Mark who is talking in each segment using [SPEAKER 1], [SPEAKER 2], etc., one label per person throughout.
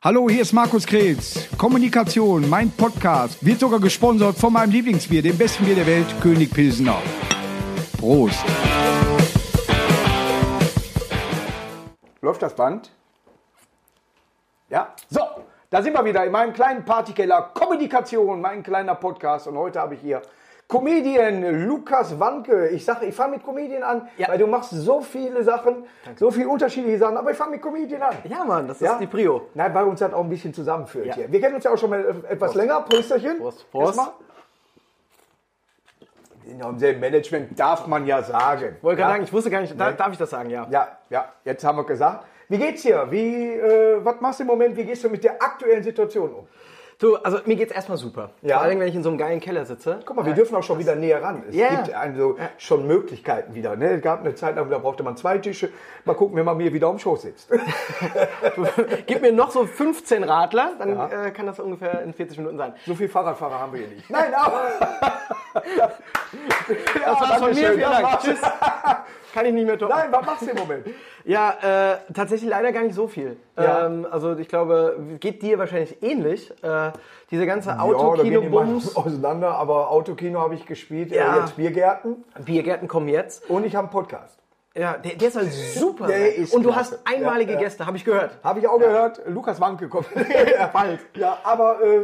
[SPEAKER 1] Hallo, hier ist Markus Kretz. Kommunikation, mein Podcast, wird sogar gesponsert von meinem Lieblingsbier, dem besten Bier der Welt, König Pilsener. Prost. Läuft das Band? Ja, so, da sind wir wieder in meinem kleinen Partykeller Kommunikation, mein kleiner Podcast. Und heute habe ich hier Comedian Lukas Wanke. Ich sage, ich fange mit Comedian an,
[SPEAKER 2] Ja.
[SPEAKER 1] weil du machst so viele Sachen, so viele unterschiedliche Sachen, aber ich fange mit Comedian an.
[SPEAKER 2] Ja, Mann, das
[SPEAKER 1] Ja?
[SPEAKER 2] ist die Prio.
[SPEAKER 1] Nein, weil uns das auch ein bisschen zusammenführt
[SPEAKER 2] Ja.
[SPEAKER 1] hier. Wir kennen uns ja auch schon mal äh, etwas länger. Prösterchen.
[SPEAKER 2] Prost, Prost.
[SPEAKER 1] Erstmal. Wir sind ja im selben Management, darf man ja sagen.
[SPEAKER 2] Wollte
[SPEAKER 1] ja?
[SPEAKER 2] gerade sagen, ich wusste gar nicht, da, darf ich das sagen, ja.
[SPEAKER 1] Ja, ja, jetzt haben wir gesagt. Wie geht's dir? Wie, äh, was machst du im Moment? Wie gehst du mit der aktuellen Situation um?
[SPEAKER 2] Du, also mir geht's erstmal super.
[SPEAKER 1] Ja.
[SPEAKER 2] Vor allem, wenn ich in so einem geilen Keller sitze.
[SPEAKER 1] Guck mal, wir dürfen auch schon wieder näher ran. Es
[SPEAKER 2] Ja.
[SPEAKER 1] gibt also schon Möglichkeiten wieder. Ne? Es gab eine Zeit lang, da brauchte man zwei Tische. Mal gucken, wenn man mir wieder am Schoß sitzt.
[SPEAKER 2] Gib mir noch so 15 Radler, dann
[SPEAKER 1] Ja.
[SPEAKER 2] äh, kann das ungefähr in 40 Minuten sein.
[SPEAKER 1] So viel Fahrradfahrer haben wir hier nicht. Nein, aber...
[SPEAKER 2] Das war's Also, von mir, vielen Dank.
[SPEAKER 1] Tschüss.
[SPEAKER 2] Tschüss. Kann ich nicht mehr toppen.
[SPEAKER 1] Nein, was machst du im Moment?
[SPEAKER 2] Ja, äh, tatsächlich leider gar nicht so viel.
[SPEAKER 1] Ja.
[SPEAKER 2] Ähm, also ich glaube, geht dir wahrscheinlich ähnlich. Äh, diese ganze
[SPEAKER 1] Autokino-Bums
[SPEAKER 2] Autokino-Bums.
[SPEAKER 1] auseinander, aber Autokino habe ich gespielt,
[SPEAKER 2] Ja.
[SPEAKER 1] äh, jetzt Biergärten
[SPEAKER 2] Biergärten kommen jetzt.
[SPEAKER 1] und ich habe einen Podcast.
[SPEAKER 2] Ja, der, der ist halt super.
[SPEAKER 1] Der
[SPEAKER 2] Mann.
[SPEAKER 1] ist
[SPEAKER 2] Und du
[SPEAKER 1] klasse.
[SPEAKER 2] hast einmalige
[SPEAKER 1] Ja, ja.
[SPEAKER 2] Gäste, habe ich gehört.
[SPEAKER 1] Habe ich auch gehört, Lukas Wanke kommt.
[SPEAKER 2] Bald.
[SPEAKER 1] ja, aber äh,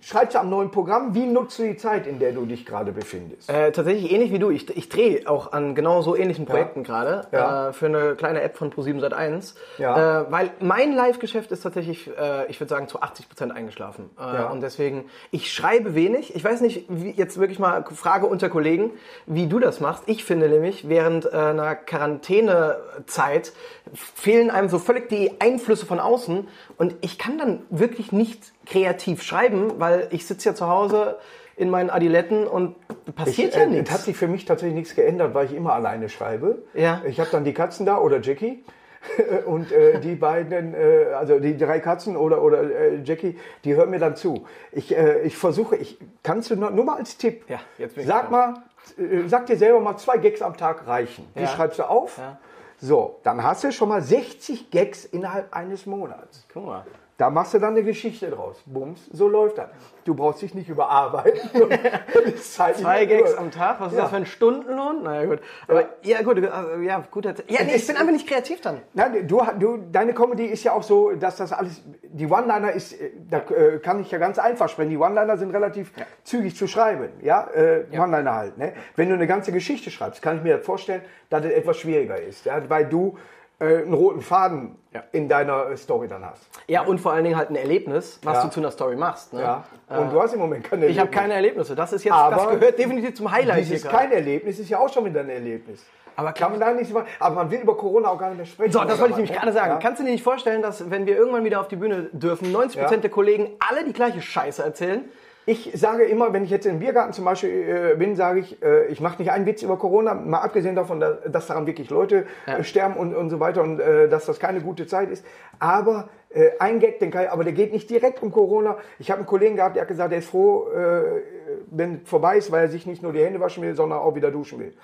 [SPEAKER 1] schreibst du am neuen Programm, wie nutzt du die Zeit, in der du dich gerade befindest?
[SPEAKER 2] Äh, tatsächlich ähnlich wie du. Ich, ich drehe auch an genau so ähnlichen Projekten gerade
[SPEAKER 1] Ja.
[SPEAKER 2] äh, für eine kleine App von Pro7 Sat1.
[SPEAKER 1] Ja.
[SPEAKER 2] Äh, weil mein Live-Geschäft ist tatsächlich, äh, ich würde sagen, zu 80 Prozent eingeschlafen. Äh,
[SPEAKER 1] Ja.
[SPEAKER 2] Und deswegen, ich schreibe wenig. Ich weiß nicht, wie, jetzt wirklich mal Frage unter Kollegen, wie du das machst. Ich finde nämlich, während äh, einer Quarantänezeit fehlen einem so völlig die Einflüsse von außen. Und ich kann dann wirklich nicht kreativ schreiben, weil ich sitze ja zu Hause in meinen Adiletten und passiert ja
[SPEAKER 1] Äh,
[SPEAKER 2] nichts.
[SPEAKER 1] Es hat sich für mich tatsächlich nichts geändert, weil ich immer alleine schreibe.
[SPEAKER 2] Ja.
[SPEAKER 1] Ich habe dann die Katzen da oder Jackie. Und äh, die beiden, äh, also die drei Katzen oder, oder äh, Jackie, die hören mir dann zu. Ich, äh, ich versuche, ich kannst du nur, nur mal als Tipp,
[SPEAKER 2] Ja, jetzt bin ich
[SPEAKER 1] sag mal, äh, sag dir selber mal, zwei Gags am Tag reichen. Die
[SPEAKER 2] Ja.
[SPEAKER 1] schreibst du auf.
[SPEAKER 2] Ja.
[SPEAKER 1] So, dann hast du schon mal 60 Gags innerhalb eines Monats.
[SPEAKER 2] Guck mal.
[SPEAKER 1] Da machst du dann eine Geschichte draus. Bums, so läuft das. Du brauchst dich nicht überarbeiten. halt
[SPEAKER 2] Zwei Gags
[SPEAKER 1] Tag.
[SPEAKER 2] am Tag, was ist
[SPEAKER 1] Ja.
[SPEAKER 2] das für ein Stundenlohn? Na ja, gut. Aber ja, gut, also, ja, gut. Ja, nee, ich bin einfach nicht kreativ dann.
[SPEAKER 1] Nein, du, du, deine Comedy ist ja auch so, dass das alles, die One-Liner ist, äh, da äh, kann ich ja ganz einfach sprechen, die One-Liner sind relativ zügig zu schreiben, ja, äh, One-Liner halt, ne? Wenn du eine ganze Geschichte schreibst, kann ich mir das vorstellen, dass es etwas schwieriger ist, ja? weil du äh, einen roten Faden
[SPEAKER 2] Ja.
[SPEAKER 1] in deiner äh, Story dann hast.
[SPEAKER 2] Ja, und vor allen Dingen halt ein Erlebnis, was
[SPEAKER 1] Ja.
[SPEAKER 2] du zu einer Story machst. Ne?
[SPEAKER 1] Ja? Und du hast im Moment keine
[SPEAKER 2] Ich habe keine Erlebnisse. Das ist jetzt, das
[SPEAKER 1] Aber-
[SPEAKER 2] gehört definitiv zum Highlight hier
[SPEAKER 1] Dieses
[SPEAKER 2] gerade.
[SPEAKER 1] kein Erlebnis ist ja auch schon wieder ein Erlebnis.
[SPEAKER 2] Aber
[SPEAKER 1] kann man da nicht, so- aber man will über Corona auch gar nicht mehr sprechen.
[SPEAKER 2] So, das
[SPEAKER 1] oder
[SPEAKER 2] wollte ich
[SPEAKER 1] was,
[SPEAKER 2] nämlich
[SPEAKER 1] ne?
[SPEAKER 2] gerade sagen.
[SPEAKER 1] Ja.
[SPEAKER 2] Kannst du dir nicht vorstellen, dass wenn wir irgendwann wieder auf die Bühne dürfen, 90
[SPEAKER 1] Ja.
[SPEAKER 2] der Kollegen alle die gleiche Scheiße erzählen?
[SPEAKER 1] Ich sage immer, wenn ich jetzt im Biergarten zum Beispiel äh, bin, sage ich, äh, ich mache nicht einen Witz über Corona, mal abgesehen davon, dass, dass daran wirklich Leute äh, sterben und, und so weiter und äh, dass das keine gute Zeit ist. Aber äh, ein Gag, den kann ich, aber der geht nicht direkt um Corona. Ich habe einen Kollegen gehabt, der hat gesagt, der ist froh, äh, wenn es vorbei ist, weil er sich nicht nur die Hände waschen will, sondern auch wieder duschen will.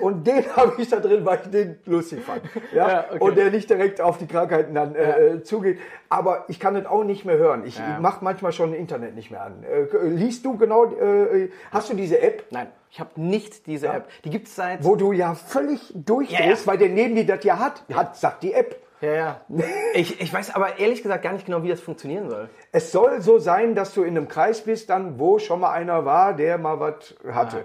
[SPEAKER 1] Und den habe ich da drin, weil ich den lustig fand. Ja?
[SPEAKER 2] Ja, okay.
[SPEAKER 1] Und der nicht direkt auf die Krankheiten dann äh, äh, zugeht. Aber ich kann das auch nicht mehr hören. Ich
[SPEAKER 2] Ja.
[SPEAKER 1] mache manchmal schon Internet nicht mehr an. Äh, k- liest du genau, äh, hast du diese App,
[SPEAKER 2] Nein, ich habe nicht diese App. Die gibt's seit.
[SPEAKER 1] wo du ja völlig durchdrehst,
[SPEAKER 2] Ja, ja.
[SPEAKER 1] weil der neben dir das ja hat, hat sagt die App.
[SPEAKER 2] Ja, ja. Ich, ich weiß aber ehrlich gesagt gar nicht genau, wie das funktionieren soll.
[SPEAKER 1] Es soll so sein, dass du in einem Kreis bist, dann wo schon mal einer war, der mal was hatte.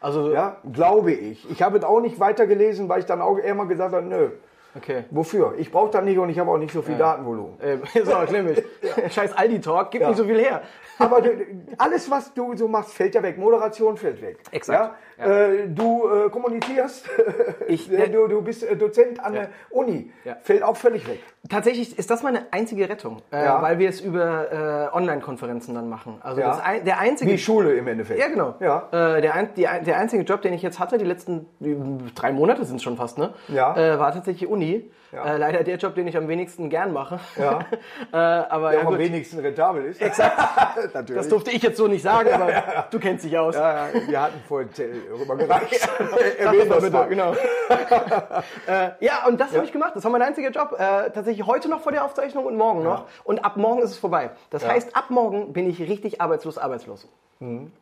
[SPEAKER 2] Also,
[SPEAKER 1] Ja, glaube ich. Ich habe es auch nicht weitergelesen, weil ich dann auch eher mal gesagt habe, nö,
[SPEAKER 2] okay.
[SPEAKER 1] wofür? Ich brauche das nicht und ich habe auch nicht so viel Datenvolumen.
[SPEAKER 2] Ähm, ist auch nämlich. Scheiß Aldi-Talk, gib nicht so viel her.
[SPEAKER 1] Aber du, alles, was du so machst, fällt ja weg. Moderation fällt weg.
[SPEAKER 2] Exakt.
[SPEAKER 1] Ja? Äh, du äh, kommunizierst,
[SPEAKER 2] Ich-
[SPEAKER 1] Äh, du, du bist äh, Dozent an der Uni,
[SPEAKER 2] Ja.
[SPEAKER 1] fällt auch völlig weg.
[SPEAKER 2] Tatsächlich ist das meine einzige Rettung, äh,
[SPEAKER 1] Ja.
[SPEAKER 2] weil wir es über äh, Online-Konferenzen dann machen. Also
[SPEAKER 1] Ja.
[SPEAKER 2] das ein, der einzige
[SPEAKER 1] Wie Schule im Endeffekt.
[SPEAKER 2] Ja, genau.
[SPEAKER 1] Ja.
[SPEAKER 2] Äh, der, ein, die, ein- der einzige Job, den ich jetzt hatte, die letzten äh, drei Monate sind schon fast, ne?
[SPEAKER 1] Ja.
[SPEAKER 2] Äh, war tatsächlich Uni.
[SPEAKER 1] Ja.
[SPEAKER 2] Äh, leider der Job, den ich am wenigsten gern mache.
[SPEAKER 1] Ja.
[SPEAKER 2] äh, aber
[SPEAKER 1] Der
[SPEAKER 2] ja,
[SPEAKER 1] auch am
[SPEAKER 2] gut,
[SPEAKER 1] wenigsten rentabel ist. Exakt. Natürlich.
[SPEAKER 2] das durfte ich jetzt so nicht sagen, aber du kennst dich aus.
[SPEAKER 1] ja, ja, wir hatten vorhin Te- rübergereicht.
[SPEAKER 2] Erwähnt
[SPEAKER 1] Erwähnt das mal.
[SPEAKER 2] genau. äh, ja, und das habe ich gemacht. Das war mein einziger Job. Äh, tatsächlich heute noch vor der Aufzeichnung und morgen noch. Und ab morgen ist es vorbei. Das heißt, ab morgen bin ich richtig arbeitslos, arbeitslos.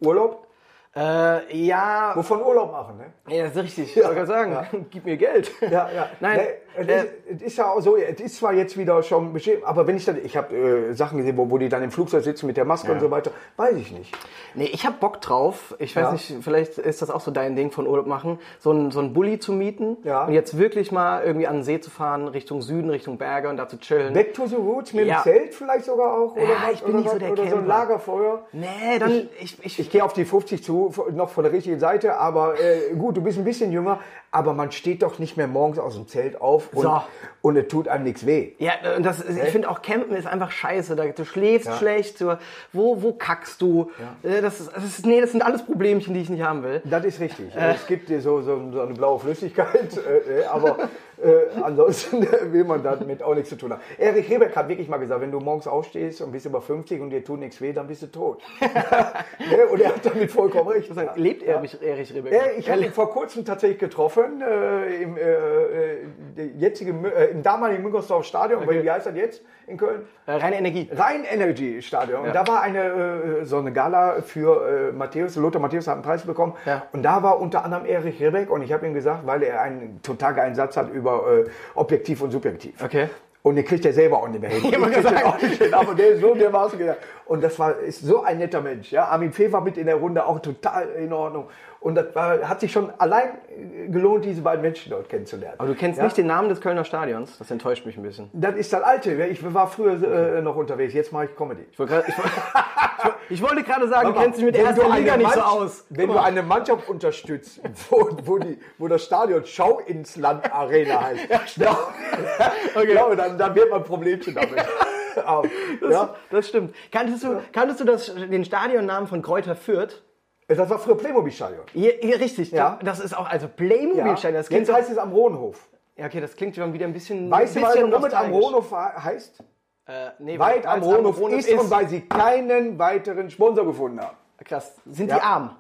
[SPEAKER 1] Urlaub?
[SPEAKER 2] Äh, ja,
[SPEAKER 1] Wovon Urlaub machen, ne?
[SPEAKER 2] ja, das ist richtig. Ja. Ich wollte gerade sagen, gib mir Geld.
[SPEAKER 1] Ja, ja.
[SPEAKER 2] Nein,
[SPEAKER 1] Nee,
[SPEAKER 2] äh,
[SPEAKER 1] es, ist, es ist ja auch so, es ist zwar jetzt wieder schon beschämt, aber wenn ich dann, ich habe äh, Sachen gesehen, wo, wo die dann im Flugzeug sitzen mit der Maske und so weiter, weiß ich nicht.
[SPEAKER 2] Nee, ich hab Bock drauf. Ich weiß
[SPEAKER 1] Ja.
[SPEAKER 2] nicht, vielleicht ist das auch so dein Ding von Urlaub machen, so einen so einen Bulli zu mieten
[SPEAKER 1] Ja.
[SPEAKER 2] und jetzt wirklich mal irgendwie an den See zu fahren, Richtung Süden, Richtung Berge und da zu chillen.
[SPEAKER 1] Back to the Roots mit
[SPEAKER 2] Ja.
[SPEAKER 1] dem Zelt vielleicht sogar auch oder,
[SPEAKER 2] Ja,
[SPEAKER 1] was,
[SPEAKER 2] ich bin
[SPEAKER 1] oder,
[SPEAKER 2] nicht so
[SPEAKER 1] was,
[SPEAKER 2] der
[SPEAKER 1] oder so ein
[SPEAKER 2] Camper.
[SPEAKER 1] Lagerfeuer.
[SPEAKER 2] nee, dann ich ich,
[SPEAKER 1] Ich gehe auf die 50 zu, f- noch von der richtigen Seite, aber äh, gut, du bist ein bisschen jünger, aber man steht doch nicht mehr morgens aus dem Zelt auf und,
[SPEAKER 2] So.
[SPEAKER 1] und es tut einem nichts weh.
[SPEAKER 2] ja, und das ist, ich finde auch Campen ist einfach scheiße. Da, du schläfst
[SPEAKER 1] Ja.
[SPEAKER 2] schlecht, du, wo wo kackst du? Äh, Das, ist, das ist nee, das sind alles Problemchen, die ich nicht haben will.
[SPEAKER 1] Das ist richtig.
[SPEAKER 2] Äh.
[SPEAKER 1] Es gibt dir so, so, so eine blaue Flüssigkeit, äh, äh, aber äh, ansonsten will man damit auch nichts zu tun haben. Erich Rebeck hat wirklich mal gesagt, wenn du morgens aufstehst und bist über 50 und dir tut nichts weh, dann bist du tot. ne? Und er hat damit vollkommen recht.
[SPEAKER 2] Lebt er mich Erich Rebeck?
[SPEAKER 1] Ja, ich habe ihn vor kurzem tatsächlich getroffen, äh, im, äh, äh, der jetzige, Mü- äh, im damaligen Müngersdorf Stadion, wie heißt das jetzt in Köln?
[SPEAKER 2] Äh, reine Energie.
[SPEAKER 1] Rhein Energy Stadion.
[SPEAKER 2] Ja.
[SPEAKER 1] Und da war eine, äh, so eine Gala für äh, Matthäus. Lothar Matthäus hat einen Preis bekommen.
[SPEAKER 2] Ja.
[SPEAKER 1] Und da war unter anderem Erich Rebeck. Und ich habe ihm gesagt, weil er einen total geilen Satz hat über äh, objektiv und subjektiv.
[SPEAKER 2] Okay.
[SPEAKER 1] Und den kriegt er selber auch nicht mehr hin.
[SPEAKER 2] hab mal
[SPEAKER 1] Ich krieg den
[SPEAKER 2] gesagt.
[SPEAKER 1] auch nicht hin, aber der ist so dermaßen gedacht. Und das war, ist so ein netter Mensch. Ja. Armin Fee war mit in der Runde, auch total in Ordnung. Und das war, hat sich schon allein äh, gelohnt, diese beiden Menschen dort kennenzulernen.
[SPEAKER 2] Aber du kennst
[SPEAKER 1] Ja.
[SPEAKER 2] nicht den Namen des Kölner Stadions. Das enttäuscht mich ein bisschen.
[SPEAKER 1] Das ist das Alte. Ich war früher äh, noch unterwegs, jetzt mache ich Comedy.
[SPEAKER 2] Ich wollte gerade- ich wollte- ich wollte gerade sagen, du
[SPEAKER 1] Guck mal,
[SPEAKER 2] kennst dich mit der
[SPEAKER 1] wenn du
[SPEAKER 2] ersten
[SPEAKER 1] eine
[SPEAKER 2] Liga nicht so
[SPEAKER 1] Mannschaft-
[SPEAKER 2] aus.
[SPEAKER 1] Wenn du eine Mannschaft unterstützt, wo, wo, die, wo das Stadion Schau ins Land Arena heißt,
[SPEAKER 2] genau.
[SPEAKER 1] ja,
[SPEAKER 2] Okay.
[SPEAKER 1] glaube, dann, dann wird man ein Problemchen damit. haben. ja?
[SPEAKER 2] Das stimmt. Kanntest du, kanntest du das, den Stadionnamen von Kräuter Fürth?
[SPEAKER 1] Das war früher Playmobil-Stadion.
[SPEAKER 2] Hier, hier richtig.
[SPEAKER 1] Ja.
[SPEAKER 2] Das ist auch, also Playmobil-Stein. Das klingt
[SPEAKER 1] Jetzt
[SPEAKER 2] doch,
[SPEAKER 1] heißt es am Rohnhof.
[SPEAKER 2] ja, okay, das klingt schon wieder ein bisschen.
[SPEAKER 1] Weißt du,
[SPEAKER 2] ein bisschen
[SPEAKER 1] warum es am
[SPEAKER 2] nostalgisch.
[SPEAKER 1] Rohnhof heißt?
[SPEAKER 2] Äh, nee,
[SPEAKER 1] Weit
[SPEAKER 2] weil
[SPEAKER 1] am
[SPEAKER 2] es
[SPEAKER 1] Rohnhof
[SPEAKER 2] Rohnhof
[SPEAKER 1] ist, und weil sie keinen weiteren Sponsor gefunden haben.
[SPEAKER 2] Krass. Sind
[SPEAKER 1] Ja.
[SPEAKER 2] die arm?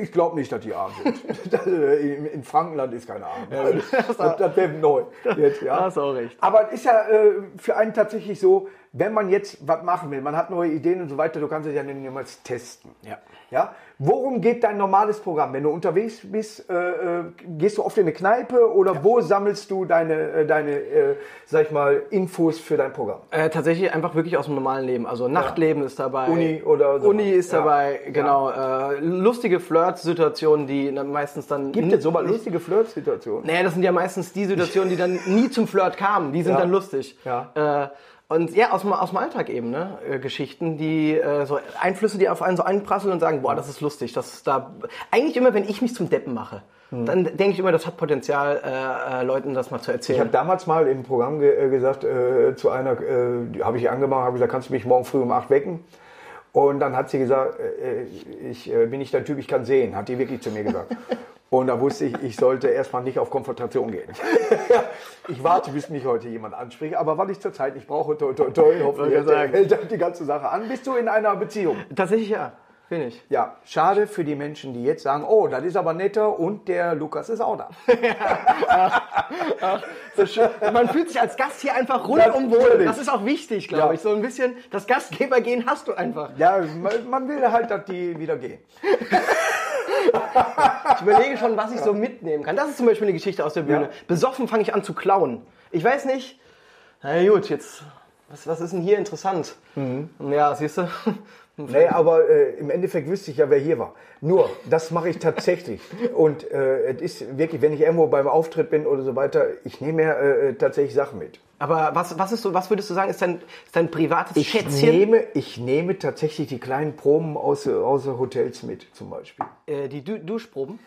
[SPEAKER 1] Ich glaube nicht, dass die arm sind. Das, äh, in, in Frankenland ist keine arm. das das wäre neu. Jetzt, ja.
[SPEAKER 2] da hast du auch recht.
[SPEAKER 1] Aber es ist ja äh, für einen tatsächlich so, wenn man jetzt was machen will, man hat neue Ideen und so weiter, du kannst es ja nicht niemals testen.
[SPEAKER 2] Ja.
[SPEAKER 1] Ja? Worum geht dein normales Programm? Wenn du unterwegs bist, äh, äh, gehst du oft in eine Kneipe oder wo sammelst du deine, äh, deine äh, sag ich mal, Infos für dein Programm?
[SPEAKER 2] Äh, tatsächlich einfach wirklich aus dem normalen Leben. Also Nachtleben ist dabei.
[SPEAKER 1] Uni oder so.
[SPEAKER 2] Äh, Uni ist
[SPEAKER 1] Ja.
[SPEAKER 2] dabei, genau. Äh, lustige Flirtsituationen, die dann meistens dann.
[SPEAKER 1] Gibt es so mal
[SPEAKER 2] nicht-
[SPEAKER 1] lustige Flirtsituationen?
[SPEAKER 2] Naja, das sind ja meistens die Situationen, die dann nie zum Flirt kamen. Die sind
[SPEAKER 1] Ja.
[SPEAKER 2] dann lustig.
[SPEAKER 1] Ja.
[SPEAKER 2] Äh, und ja, aus, dem- aus dem Alltag eben, ne? Äh, Geschichten, die äh, so Einflüsse, die auf einen so einprasseln und sagen, boah, das ist lustig. Das ist da eigentlich immer, wenn ich mich zum Deppen mache, dann denke ich immer, das hat Potenzial, äh, äh, Leuten das mal zu
[SPEAKER 1] Hm. Ich habe
[SPEAKER 2] erzählen.
[SPEAKER 1] damals mal im Programm ge äh, gesagt äh, zu einer, äh, die habe ich angemacht, habe gesagt, kannst du mich morgen früh um 8 wecken? Und dann hat sie gesagt, äh, äh, ich äh, bin nicht der Typ, ich kann sehen, hat die wirklich zu mir gesagt. Und da wusste ich, ich sollte erstmal nicht auf Konfrontation gehen. ich warte, bis mich heute jemand anspricht, aber weil ich zurzeit nicht brauche, toi, toi, toi, hoffentlich
[SPEAKER 2] Wollte sagen.
[SPEAKER 1] hält hält die ganze Sache an. Bist du in einer Beziehung?
[SPEAKER 2] Tatsächlich ja, bin ich.
[SPEAKER 1] Ja, schade für die Menschen, die jetzt sagen, oh, das ist aber netter und der Lukas ist auch da.
[SPEAKER 2] So schön. Man fühlt sich als Gast hier einfach rundum wohl.
[SPEAKER 1] Natürlich.
[SPEAKER 2] Das ist auch wichtig, glaube
[SPEAKER 1] Ja.
[SPEAKER 2] ich. So ein bisschen das Gastgebergehen hast du einfach.
[SPEAKER 1] Ja, man, man will halt, dass die wieder gehen.
[SPEAKER 2] Ich überlege schon, was ich so mitnehmen kann. Das ist zum Beispiel eine Geschichte aus der Bühne.
[SPEAKER 1] Ja.
[SPEAKER 2] Besoffen fange ich an zu klauen. Ich weiß nicht. Na gut, jetzt. Was, was ist denn hier interessant?
[SPEAKER 1] Mhm.
[SPEAKER 2] Ja, siehst du?
[SPEAKER 1] Nee, aber äh, im Endeffekt wüsste ich ja, wer hier war. Nur, das mache ich tatsächlich. Und äh, es ist wirklich, wenn ich irgendwo beim Auftritt bin oder so weiter, ich nehme ja äh, tatsächlich Sachen mit.
[SPEAKER 2] Aber was, was, ist so, was würdest du sagen, ist dein, ist dein privates
[SPEAKER 1] Ich
[SPEAKER 2] Schätzchen?
[SPEAKER 1] nehme, ich nehme tatsächlich die kleinen Proben aus, äh, aus Hotels mit, zum Beispiel.
[SPEAKER 2] Äh, die du Duschproben?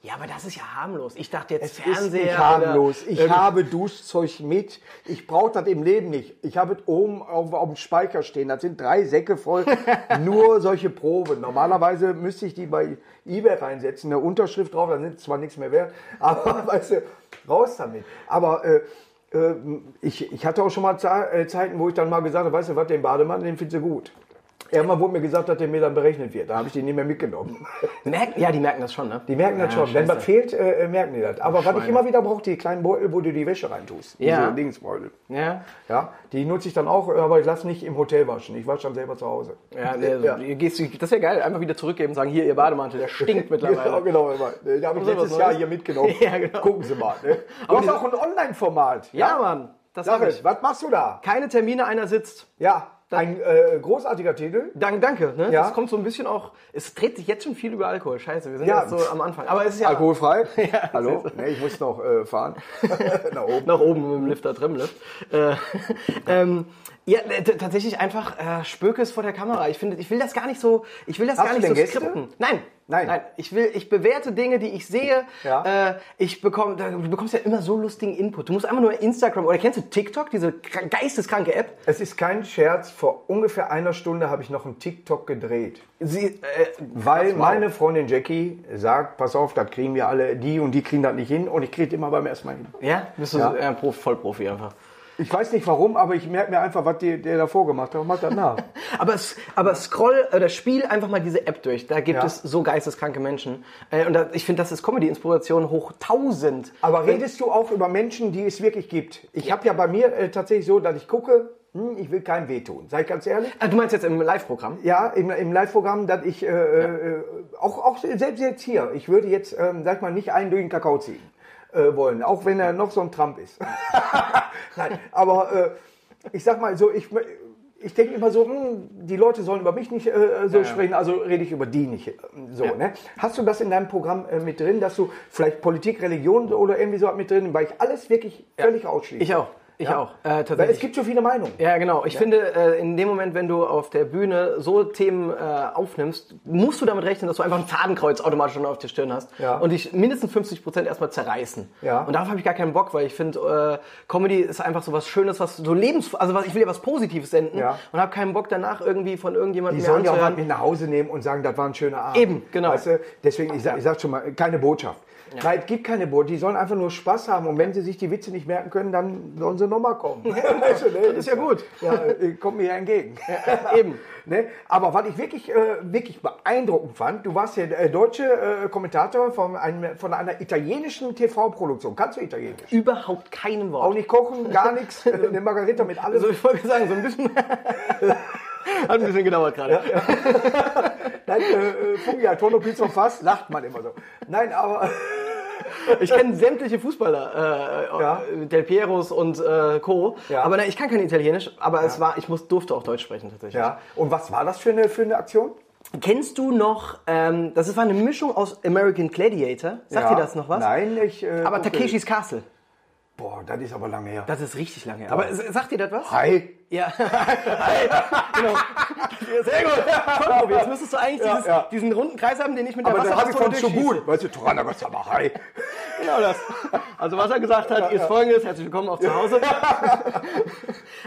[SPEAKER 2] Ja, aber das ist ja harmlos. Ich dachte jetzt
[SPEAKER 1] Es ist
[SPEAKER 2] Fernseher.
[SPEAKER 1] nicht harmlos.
[SPEAKER 2] Oder, ähm,
[SPEAKER 1] Ich habe Duschzeug mit. Ich brauche das im Leben nicht. Ich habe es oben auf, auf dem Speicher stehen. Das sind drei Säcke voll. nur solche Proben. Normalerweise müsste ich die bei eBay reinsetzen. Eine Unterschrift drauf. Dann sind zwar nichts mehr wert. Aber weißt du, raus damit. Aber äh, äh, ich, ich hatte auch schon mal Ze- äh, Zeiten, wo ich dann mal gesagt habe, weißt du was, den Bademann, den findest du gut. Irgendwann wurde mir gesagt, dass der mir dann berechnet wird. Da habe ich die nicht mehr mitgenommen.
[SPEAKER 2] Merken, ja, die merken das schon, ne?
[SPEAKER 1] Die merken das schon. Wenn was fehlt, äh, merken die das. Aber was ich immer wieder brauche, die kleinen Beutel, wo du die Wäsche reintust.
[SPEAKER 2] Ja.
[SPEAKER 1] Diese Dingsbeutel.
[SPEAKER 2] Ja,
[SPEAKER 1] Ja, die nutze ich dann auch, äh, aber ich lasse nicht im Hotel waschen. Ich wasche dann selber zu Hause.
[SPEAKER 2] ja, der, ihr Gehst, das wäre geil. Einfach wieder zurückgeben und sagen, hier, ihr Bademantel, der
[SPEAKER 1] Genau,
[SPEAKER 2] stinkt mittlerweile.
[SPEAKER 1] genau. immer. Da habe ich
[SPEAKER 2] Also was
[SPEAKER 1] letztes Jahr
[SPEAKER 2] Neues?
[SPEAKER 1] hier mitgenommen.
[SPEAKER 2] Ja, genau.
[SPEAKER 1] Gucken Sie mal. Ne? Du
[SPEAKER 2] Aber
[SPEAKER 1] hast
[SPEAKER 2] diese-
[SPEAKER 1] auch ein Online-Format.
[SPEAKER 2] Ja, Mann, das
[SPEAKER 1] Sag
[SPEAKER 2] habe
[SPEAKER 1] es,
[SPEAKER 2] ich.
[SPEAKER 1] was machst du da?
[SPEAKER 2] Keine Termine, einer sitzt.
[SPEAKER 1] Ja, ein äh, großartiger Titel.
[SPEAKER 2] Dank, danke. Ne?
[SPEAKER 1] Ja.
[SPEAKER 2] Das kommt so ein bisschen auch. Es dreht sich jetzt schon viel über Alkohol. Scheiße, wir sind
[SPEAKER 1] Ja.
[SPEAKER 2] ja so am Anfang. Aber es ist ja
[SPEAKER 1] Alkoholfrei. Hallo? Nee, ich muss noch äh, fahren. Nach oben.
[SPEAKER 2] nach oben mit dem Lifter drin Lift. Äh, ähm, ja, äh, t- tatsächlich einfach äh, Spökes vor der Kamera. Ich finde, ich will das gar nicht so. Ich will das
[SPEAKER 1] Hast
[SPEAKER 2] gar
[SPEAKER 1] du
[SPEAKER 2] nicht so
[SPEAKER 1] denn Gäste?
[SPEAKER 2] skripten. Nein.
[SPEAKER 1] Nein.
[SPEAKER 2] Ich will, ich bewerte Dinge, die ich sehe.
[SPEAKER 1] Ja.
[SPEAKER 2] Äh, ich bekomme, da- du bekommst ja immer so lustigen Input. Du musst einfach nur Instagram oder kennst du TikTok, diese kra- geisteskranke App?
[SPEAKER 1] Es ist kein Scherz, vor ungefähr einer Stunde habe ich noch einen TikTok gedreht.
[SPEAKER 2] Sie, äh,
[SPEAKER 1] Weil
[SPEAKER 2] Krass, wow.
[SPEAKER 1] meine Freundin Jackie sagt, pass auf, das kriegen wir alle, die und die kriegen das nicht hin und ich kriege immer beim ersten Mal hin.
[SPEAKER 2] äh, ja, bist du
[SPEAKER 1] Ja.
[SPEAKER 2] so, äh, Prof, Vollprofi einfach.
[SPEAKER 1] Ich weiß nicht warum, aber ich merke mir einfach, was die, der davor gemacht hat. Mach das nach.
[SPEAKER 2] Aber, s- aber scroll oder spiel einfach mal diese App durch. Da gibt
[SPEAKER 1] Ja.
[SPEAKER 2] es so geisteskranke Menschen. Äh, Und da, ich finde, das ist Comedy-Inspiration hoch 1000.
[SPEAKER 1] Aber redest du auch über Menschen, die es wirklich gibt? Ich habe ja bei mir äh, tatsächlich so, dass ich gucke, hm, ich will keinem wehtun. Sei ich ganz ehrlich.
[SPEAKER 2] Ah, du meinst jetzt im Live-Programm?
[SPEAKER 1] Ja, im, im Live-Programm, dass ich äh, äh, auch, auch selbst jetzt hier, ich würde jetzt, ähm, sag ich mal, nicht einen durch den Kakao ziehen äh, wollen, auch wenn er noch so ein Trump ist. Nein, aber äh, ich sag mal so, ich, mö- ich denke immer so, hm, die Leute sollen über mich nicht äh, so
[SPEAKER 2] Ja, ja.
[SPEAKER 1] sprechen, also rede ich über die nicht. äh, So, ne? Hast du das in deinem Programm äh, mit drin, dass du vielleicht Politik, Religion oder irgendwie so mit drin, weil ich alles wirklich völlig ausschließe?
[SPEAKER 2] Ich auch. Ich auch. Äh,
[SPEAKER 1] Weil es
[SPEAKER 2] tatsächlich.
[SPEAKER 1] gibt so viele Meinungen.
[SPEAKER 2] Ja, genau. Ich finde, äh, in dem Moment, wenn du auf der Bühne so Themen äh, aufnimmst, musst du damit rechnen, dass du einfach ein Fadenkreuz automatisch schon auf der Stirn hast
[SPEAKER 1] Ja.
[SPEAKER 2] und dich mindestens 50 Prozent erstmal zerreißen.
[SPEAKER 1] Ja.
[SPEAKER 2] Und darauf habe ich gar keinen Bock, weil ich finde, äh, Comedy ist einfach so was Schönes, was so lebens, also was, ich will ja was Positives senden
[SPEAKER 1] Ja.
[SPEAKER 2] und habe keinen Bock danach irgendwie von irgendjemandem
[SPEAKER 1] Die
[SPEAKER 2] mir
[SPEAKER 1] sollen ja auch was
[SPEAKER 2] anzuhören.
[SPEAKER 1] mit nach Hause nehmen und sagen, das war ein schöner Abend.
[SPEAKER 2] Eben, genau.
[SPEAKER 1] Weißt du? Deswegen, ich sag, ich sag schon mal, keine Botschaft. Nein, es gibt keine Botschaft. Die sollen einfach nur Spaß haben. Und wenn sie sich die Witze nicht merken können, dann sollen sie nochmal kommen. weißt du, ne?
[SPEAKER 2] ist ja gut.
[SPEAKER 1] Ja, äh, kommt mir ja entgegen.
[SPEAKER 2] Eben.
[SPEAKER 1] Ne? Aber was ich wirklich, äh, wirklich beeindruckend fand, du warst ja äh, deutsche äh, Kommentator von, einem, von einer italienischen TV-Produktion. Kannst du Italienisch?
[SPEAKER 2] Überhaupt keinem Wort.
[SPEAKER 1] Auch nicht kochen, gar nichts. Äh, Eine Margarita mit allem.
[SPEAKER 2] Also ich wollte sagen, so ein bisschen. Hat ein bisschen gedauert gerade.
[SPEAKER 1] Nein, äh, äh, Fungi, Tono Pizza fast, lacht man immer so. Nein, aber...
[SPEAKER 2] Ich kenne sämtliche Fußballer, äh,
[SPEAKER 1] Ja.
[SPEAKER 2] äh, Del Pieros und äh, Co.
[SPEAKER 1] Ja.
[SPEAKER 2] Aber nein, ich kann kein Italienisch, aber es war, ich muss, durfte auch Deutsch sprechen tatsächlich.
[SPEAKER 1] Ja, und was war das für eine, für eine Aktion?
[SPEAKER 2] Kennst du noch, ähm, das war eine Mischung aus American Gladiator, sagt
[SPEAKER 1] ja.
[SPEAKER 2] dir das noch was?
[SPEAKER 1] Nein, ich. Äh,
[SPEAKER 2] Aber
[SPEAKER 1] gucke-
[SPEAKER 2] Takeshis Castle,
[SPEAKER 1] Boah, das ist aber lange her.
[SPEAKER 2] das ist richtig lange her. Aber s- sagt dir das was?
[SPEAKER 1] Hi.
[SPEAKER 2] Ja. genau. Sehr gut. Vollprofi. Jetzt müsstest du eigentlich dieses,
[SPEAKER 1] ja.
[SPEAKER 2] diesen runden Kreis haben, den ich mit
[SPEAKER 1] Aber
[SPEAKER 2] der
[SPEAKER 1] das habe ich
[SPEAKER 2] Wasserpistole
[SPEAKER 1] von zu
[SPEAKER 2] durchschieße.
[SPEAKER 1] gut. Weißt du, Torana, was aber hi.
[SPEAKER 2] Genau das. Also was er gesagt hat, ist folgendes, herzlich willkommen auf Zuhause.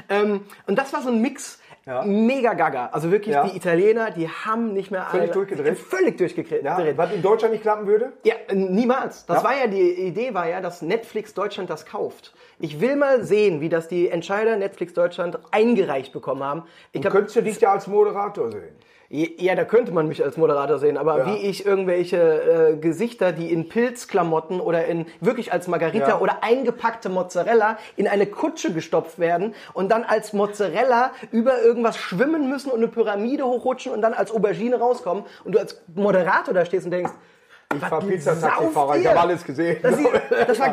[SPEAKER 2] ähm, und das war so ein Mix.
[SPEAKER 1] Ja.
[SPEAKER 2] Mega gaga. Also wirklich,
[SPEAKER 1] Ja.
[SPEAKER 2] die Italiener, die haben nicht mehr
[SPEAKER 1] Völlig durchgedreht.
[SPEAKER 2] Völlig durchgedreht.
[SPEAKER 1] Ja,
[SPEAKER 2] Ja,
[SPEAKER 1] was in Deutschland nicht klappen würde?
[SPEAKER 2] äh, niemals. Das
[SPEAKER 1] Ja.
[SPEAKER 2] war ja, die Idee war ja, dass Netflix Deutschland das kauft. Ich will mal sehen, wie das die Entscheider Netflix Deutschland eingereicht bekommen haben. Ich glaub,
[SPEAKER 1] Könntest du dich ja als Moderator sehen?
[SPEAKER 2] ja, da könnte man mich als Moderator sehen, aber
[SPEAKER 1] Ja.
[SPEAKER 2] wie ich irgendwelche äh, Gesichter, die in Pilzklamotten oder in wirklich als Margarita
[SPEAKER 1] Ja.
[SPEAKER 2] oder eingepackte Mozzarella in eine Kutsche gestopft werden und dann als Mozzarella über irgendwas schwimmen müssen und eine Pyramide hochrutschen und dann als Aubergine rauskommen und du als Moderator da stehst und denkst,
[SPEAKER 1] Ich war
[SPEAKER 2] sauft
[SPEAKER 1] Pizza-Taxifahrer, ich
[SPEAKER 2] ihr?
[SPEAKER 1] habe alles gesehen.
[SPEAKER 2] das, ist, das war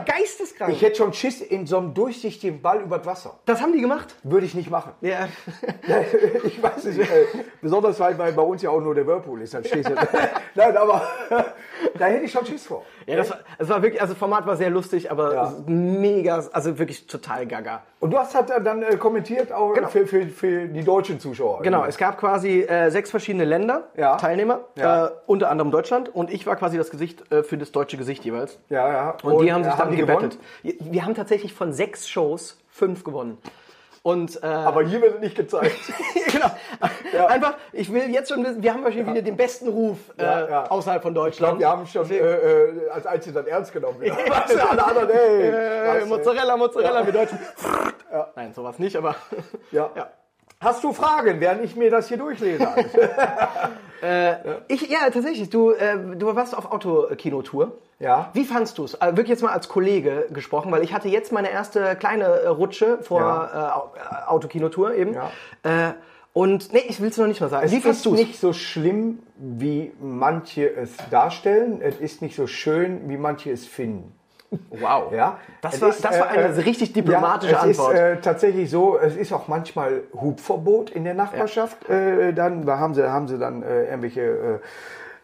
[SPEAKER 2] geisteskrank.
[SPEAKER 1] ich hätte schon Schiss in so einem durchsichtigen Ball übers Wasser.
[SPEAKER 2] das haben die gemacht.
[SPEAKER 1] Würde ich nicht machen.
[SPEAKER 2] Ja.
[SPEAKER 1] ich weiß nicht. Äh, besonders weil bei, bei uns ja auch nur der Whirlpool ist. Dann stehst du. Nein, aber da hätte ich schon Schiss vor.
[SPEAKER 2] Ja, das war, das war wirklich, also das Format war sehr lustig, aber
[SPEAKER 1] Ja.
[SPEAKER 2] mega, also wirklich total gaga.
[SPEAKER 1] Und du hast halt dann äh, kommentiert auch
[SPEAKER 2] Genau.
[SPEAKER 1] für, für, für die deutschen Zuschauer.
[SPEAKER 2] Genau, es gab quasi äh, sechs verschiedene Länder,
[SPEAKER 1] Ja.
[SPEAKER 2] Teilnehmer,
[SPEAKER 1] Ja.
[SPEAKER 2] äh, unter anderem Deutschland und ich war quasi das Gesicht äh, für das deutsche Gesicht jeweils.
[SPEAKER 1] Ja, ja.
[SPEAKER 2] Und, die haben sich
[SPEAKER 1] äh,
[SPEAKER 2] dann
[SPEAKER 1] die
[SPEAKER 2] gebettelt.
[SPEAKER 1] gewonnen?
[SPEAKER 2] Wir haben tatsächlich von sechs Shows fünf gewonnen. Und äh,
[SPEAKER 1] Aber hier wird es nicht gezeigt.
[SPEAKER 2] genau. einfach, ich will jetzt schon wissen, wir haben wahrscheinlich wieder den besten Ruf äh,
[SPEAKER 1] Ja, ja.
[SPEAKER 2] außerhalb von
[SPEAKER 1] Glaub,
[SPEAKER 2] Deutschland.
[SPEAKER 1] wir haben schon äh, äh, als Einzige dann ernst genommen. Ja. Weißt du, alle anderen, ey.
[SPEAKER 2] äh,
[SPEAKER 1] weißt du.
[SPEAKER 2] Mozzarella, Mozzarella, wir Deutschen. Nein, sowas nicht, aber
[SPEAKER 1] Ja.
[SPEAKER 2] ja.
[SPEAKER 1] Hast du Fragen, während ich mir das hier durchlese? Also,
[SPEAKER 2] äh, Ich, ja, tatsächlich. Du, äh, du warst auf Autokinotour.
[SPEAKER 1] Ja.
[SPEAKER 2] Wie fandst du es? Also wirklich jetzt mal als Kollege gesprochen, weil ich hatte jetzt meine erste kleine äh, Rutsche vor
[SPEAKER 1] Ja.
[SPEAKER 2] äh, Au- äh, Autokinotour eben.
[SPEAKER 1] Ja.
[SPEAKER 2] Äh, und nee, ich will es noch nicht mal sagen. Wie
[SPEAKER 1] es
[SPEAKER 2] fandst
[SPEAKER 1] ist
[SPEAKER 2] du es?
[SPEAKER 1] nicht so schlimm, wie manche es darstellen. Es ist nicht so schön, wie manche es finden.
[SPEAKER 2] Wow.
[SPEAKER 1] Ja,
[SPEAKER 2] Das
[SPEAKER 1] Es
[SPEAKER 2] war, das war eine
[SPEAKER 1] äh,
[SPEAKER 2] richtig diplomatische
[SPEAKER 1] ja, es
[SPEAKER 2] Antwort.
[SPEAKER 1] Ist, äh, tatsächlich so, es ist auch manchmal Hubverbot in der Nachbarschaft. Äh, dann da haben sie, haben sie dann äh, irgendwelche,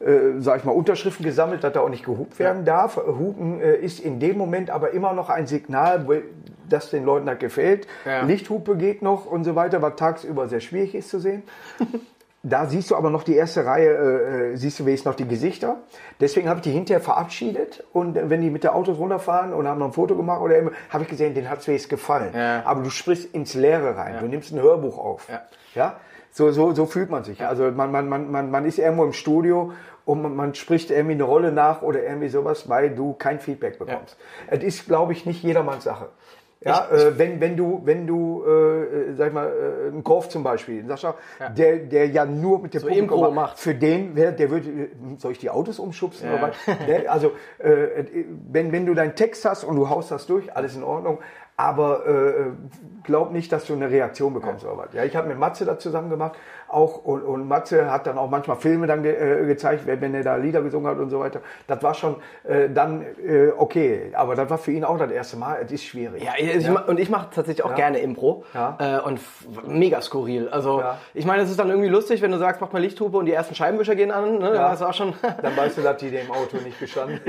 [SPEAKER 1] äh, äh, sag ich mal, Unterschriften gesammelt, dass da auch nicht gehupt werden darf. Hupen äh, ist in dem Moment aber immer noch ein Signal, wo- das den Leuten da gefällt.
[SPEAKER 2] Ja.
[SPEAKER 1] Lichthupe geht noch und so weiter, was tagsüber sehr schwierig ist zu sehen. Da siehst du aber noch die erste Reihe, äh, äh, siehst du wenigstens noch die Gesichter. Deswegen habe ich die hinterher verabschiedet und äh, wenn die mit der Autos runterfahren und haben noch ein Foto gemacht oder eben, habe ich gesehen, den hat es wenigstens gefallen.
[SPEAKER 2] Ja.
[SPEAKER 1] Aber du sprichst ins Leere rein, du nimmst ein Hörbuch auf.
[SPEAKER 2] Ja.
[SPEAKER 1] Ja? So, so, so fühlt man sich. Also man, man, man, man, man ist irgendwo im Studio und man, man spricht irgendwie eine Rolle nach oder irgendwie sowas, weil du kein Feedback bekommst. Es ist, glaube ich, nicht jedermanns Sache. Ja, äh, wenn, wenn du, wenn du äh, äh, sag ich mal, äh, einen Korf zum Beispiel, Sascha, der, der ja nur mit dem Publikum
[SPEAKER 2] Impro
[SPEAKER 1] macht, für den, wär, der würde, äh, soll ich die Autos umschubsen? Oder was? Der, also, äh, äh, wenn, wenn du deinen Text hast und du haust das durch, alles in Ordnung, aber äh, glaub nicht, dass du eine Reaktion bekommst oder was. Ja, ich habe mit Matze da zusammen gemacht, auch, und, und Matze hat dann auch manchmal Filme dann ge, äh, gezeigt, wenn, wenn er da Lieder gesungen hat und so weiter. Das war schon äh, dann äh, okay, aber das war für ihn auch das erste Mal, es ist schwierig.
[SPEAKER 2] Ja, ich, ma- und ich mache tatsächlich auch gerne Impro
[SPEAKER 1] Ja.
[SPEAKER 2] äh, und f- mega skurril. Also
[SPEAKER 1] Ja.
[SPEAKER 2] ich meine, es ist dann irgendwie lustig, wenn du sagst, mach mal Lichthupe und die ersten Scheibenwischer gehen an. Ne? Da hast du auch schon
[SPEAKER 1] Dann weißt du, dass die dem Auto nicht gestanden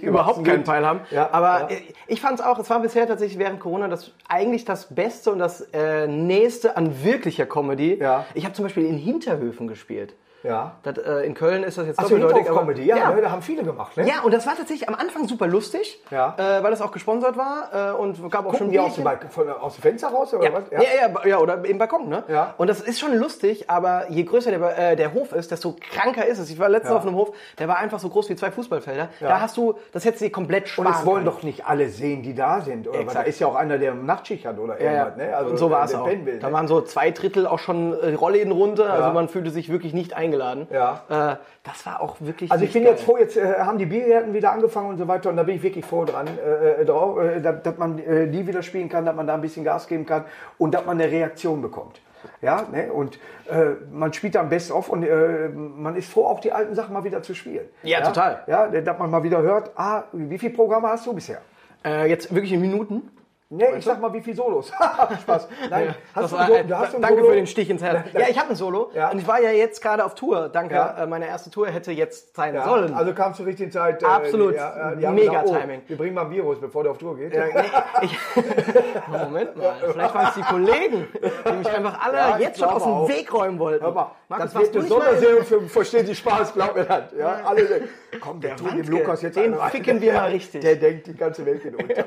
[SPEAKER 2] überhaupt keinen Teil haben.
[SPEAKER 1] Ja,
[SPEAKER 2] Aber
[SPEAKER 1] ja.
[SPEAKER 2] ich- ich fand es auch, es war bisher tatsächlich während Corona das eigentlich das Beste und das äh, Nächste an wirklicher Comedy.
[SPEAKER 1] Ja.
[SPEAKER 2] Ich habe zum Beispiel in Hinterhöfen gespielt.
[SPEAKER 1] Ja.
[SPEAKER 2] Das, äh, in Köln ist das jetzt
[SPEAKER 1] Achso,
[SPEAKER 2] doppeldeutig. aber-
[SPEAKER 1] Hinterhof-Comedy, ja, Ne, da haben viele gemacht, ne?
[SPEAKER 2] Ja, und das war tatsächlich am Anfang super lustig,
[SPEAKER 1] Ja.
[SPEAKER 2] äh, weil das auch gesponsert war äh, und gab auch schon
[SPEAKER 1] Gucken die aus
[SPEAKER 2] Bierchen.
[SPEAKER 1] dem, Balkon- von, aus dem Fenster raus oder
[SPEAKER 2] Ja.
[SPEAKER 1] was?
[SPEAKER 2] Ja. Ja, ja, oder im Balkon, ne?
[SPEAKER 1] Ja.
[SPEAKER 2] Und das ist schon lustig, aber je größer der, Ba- äh, der Hof ist, desto kranker ist es. Ich war letztens
[SPEAKER 1] Ja.
[SPEAKER 2] auf einem Hof, der war einfach so groß wie zwei Fußballfelder. Da hast du, das hättest du dir komplett
[SPEAKER 1] Und
[SPEAKER 2] sparen
[SPEAKER 1] es wollen
[SPEAKER 2] können.
[SPEAKER 1] doch nicht alle sehen, die da sind. Oder? was? Da
[SPEAKER 2] Exakt.
[SPEAKER 1] ist ja auch einer, der Nachtschicht hat oder
[SPEAKER 2] Ja, ja.
[SPEAKER 1] irgendwas. Ne? Also,
[SPEAKER 2] und so war es
[SPEAKER 1] der
[SPEAKER 2] auch.
[SPEAKER 1] pennen Will,
[SPEAKER 2] Da
[SPEAKER 1] ne?
[SPEAKER 2] waren so zwei Drittel auch schon äh, Rollläden runter, also man fühlte sich wirklich nicht eingeladen.
[SPEAKER 1] Ja.
[SPEAKER 2] Äh, das war auch wirklich
[SPEAKER 1] Also ich
[SPEAKER 2] nicht
[SPEAKER 1] bin
[SPEAKER 2] geil.
[SPEAKER 1] jetzt froh, jetzt äh, haben die Biergärten wieder angefangen und so weiter und da bin ich wirklich froh dran, äh, äh, drauf, äh, dass, dass man äh, die wieder spielen kann, dass man da ein bisschen Gas geben kann und dass man eine Reaktion bekommt. Ja, ne? und äh, man spielt dann best off und äh, man ist froh, auch die alten Sachen mal wieder zu spielen.
[SPEAKER 2] Ja, total.
[SPEAKER 1] Ja, ne, dass man mal wieder hört, ah, wie viele Programme hast du bisher?
[SPEAKER 2] Äh, jetzt wirklich in Minuten.
[SPEAKER 1] Ne, ich sag mal, wie viele Solos? Spaß. Nein,
[SPEAKER 2] Das
[SPEAKER 1] hast du,
[SPEAKER 2] war
[SPEAKER 1] ein, Solo-
[SPEAKER 2] ein-
[SPEAKER 1] du hast ein
[SPEAKER 2] danke
[SPEAKER 1] Solo?
[SPEAKER 2] für den Stich ins Herz. Ja, ich habe ein Solo.
[SPEAKER 1] Ja.
[SPEAKER 2] Und ich war ja jetzt gerade auf Tour. Danke.
[SPEAKER 1] Ja.
[SPEAKER 2] Äh, Meine erste Tour hätte jetzt sein
[SPEAKER 1] Ja,
[SPEAKER 2] sollen.
[SPEAKER 1] Also kam zur richtigen Zeit. äh,
[SPEAKER 2] Absolut.
[SPEAKER 1] ja, äh,
[SPEAKER 2] Mega
[SPEAKER 1] gesagt,
[SPEAKER 2] Timing.
[SPEAKER 1] Wir bringen mal ein Virus, bevor der auf Tour geht.
[SPEAKER 2] Ja, nee, ich, Moment mal, vielleicht waren es die Kollegen, die mich einfach alle
[SPEAKER 1] Ja, ich
[SPEAKER 2] jetzt schon aus dem
[SPEAKER 1] glaube auch.
[SPEAKER 2] Weg räumen wollten.
[SPEAKER 1] Hör mal,
[SPEAKER 2] Markus,
[SPEAKER 1] das wird
[SPEAKER 2] warst du
[SPEAKER 1] eine
[SPEAKER 2] nicht mal in-
[SPEAKER 1] Sonderserie für Verstehen Sie Spaß, glaub mir das. Ja, alle denken, komm, der, tut dem
[SPEAKER 2] Wandke,
[SPEAKER 1] Lukas jetzt
[SPEAKER 2] den
[SPEAKER 1] einen rein.
[SPEAKER 2] ficken wir mal richtig.
[SPEAKER 1] Der denkt, die ganze Welt geht unter.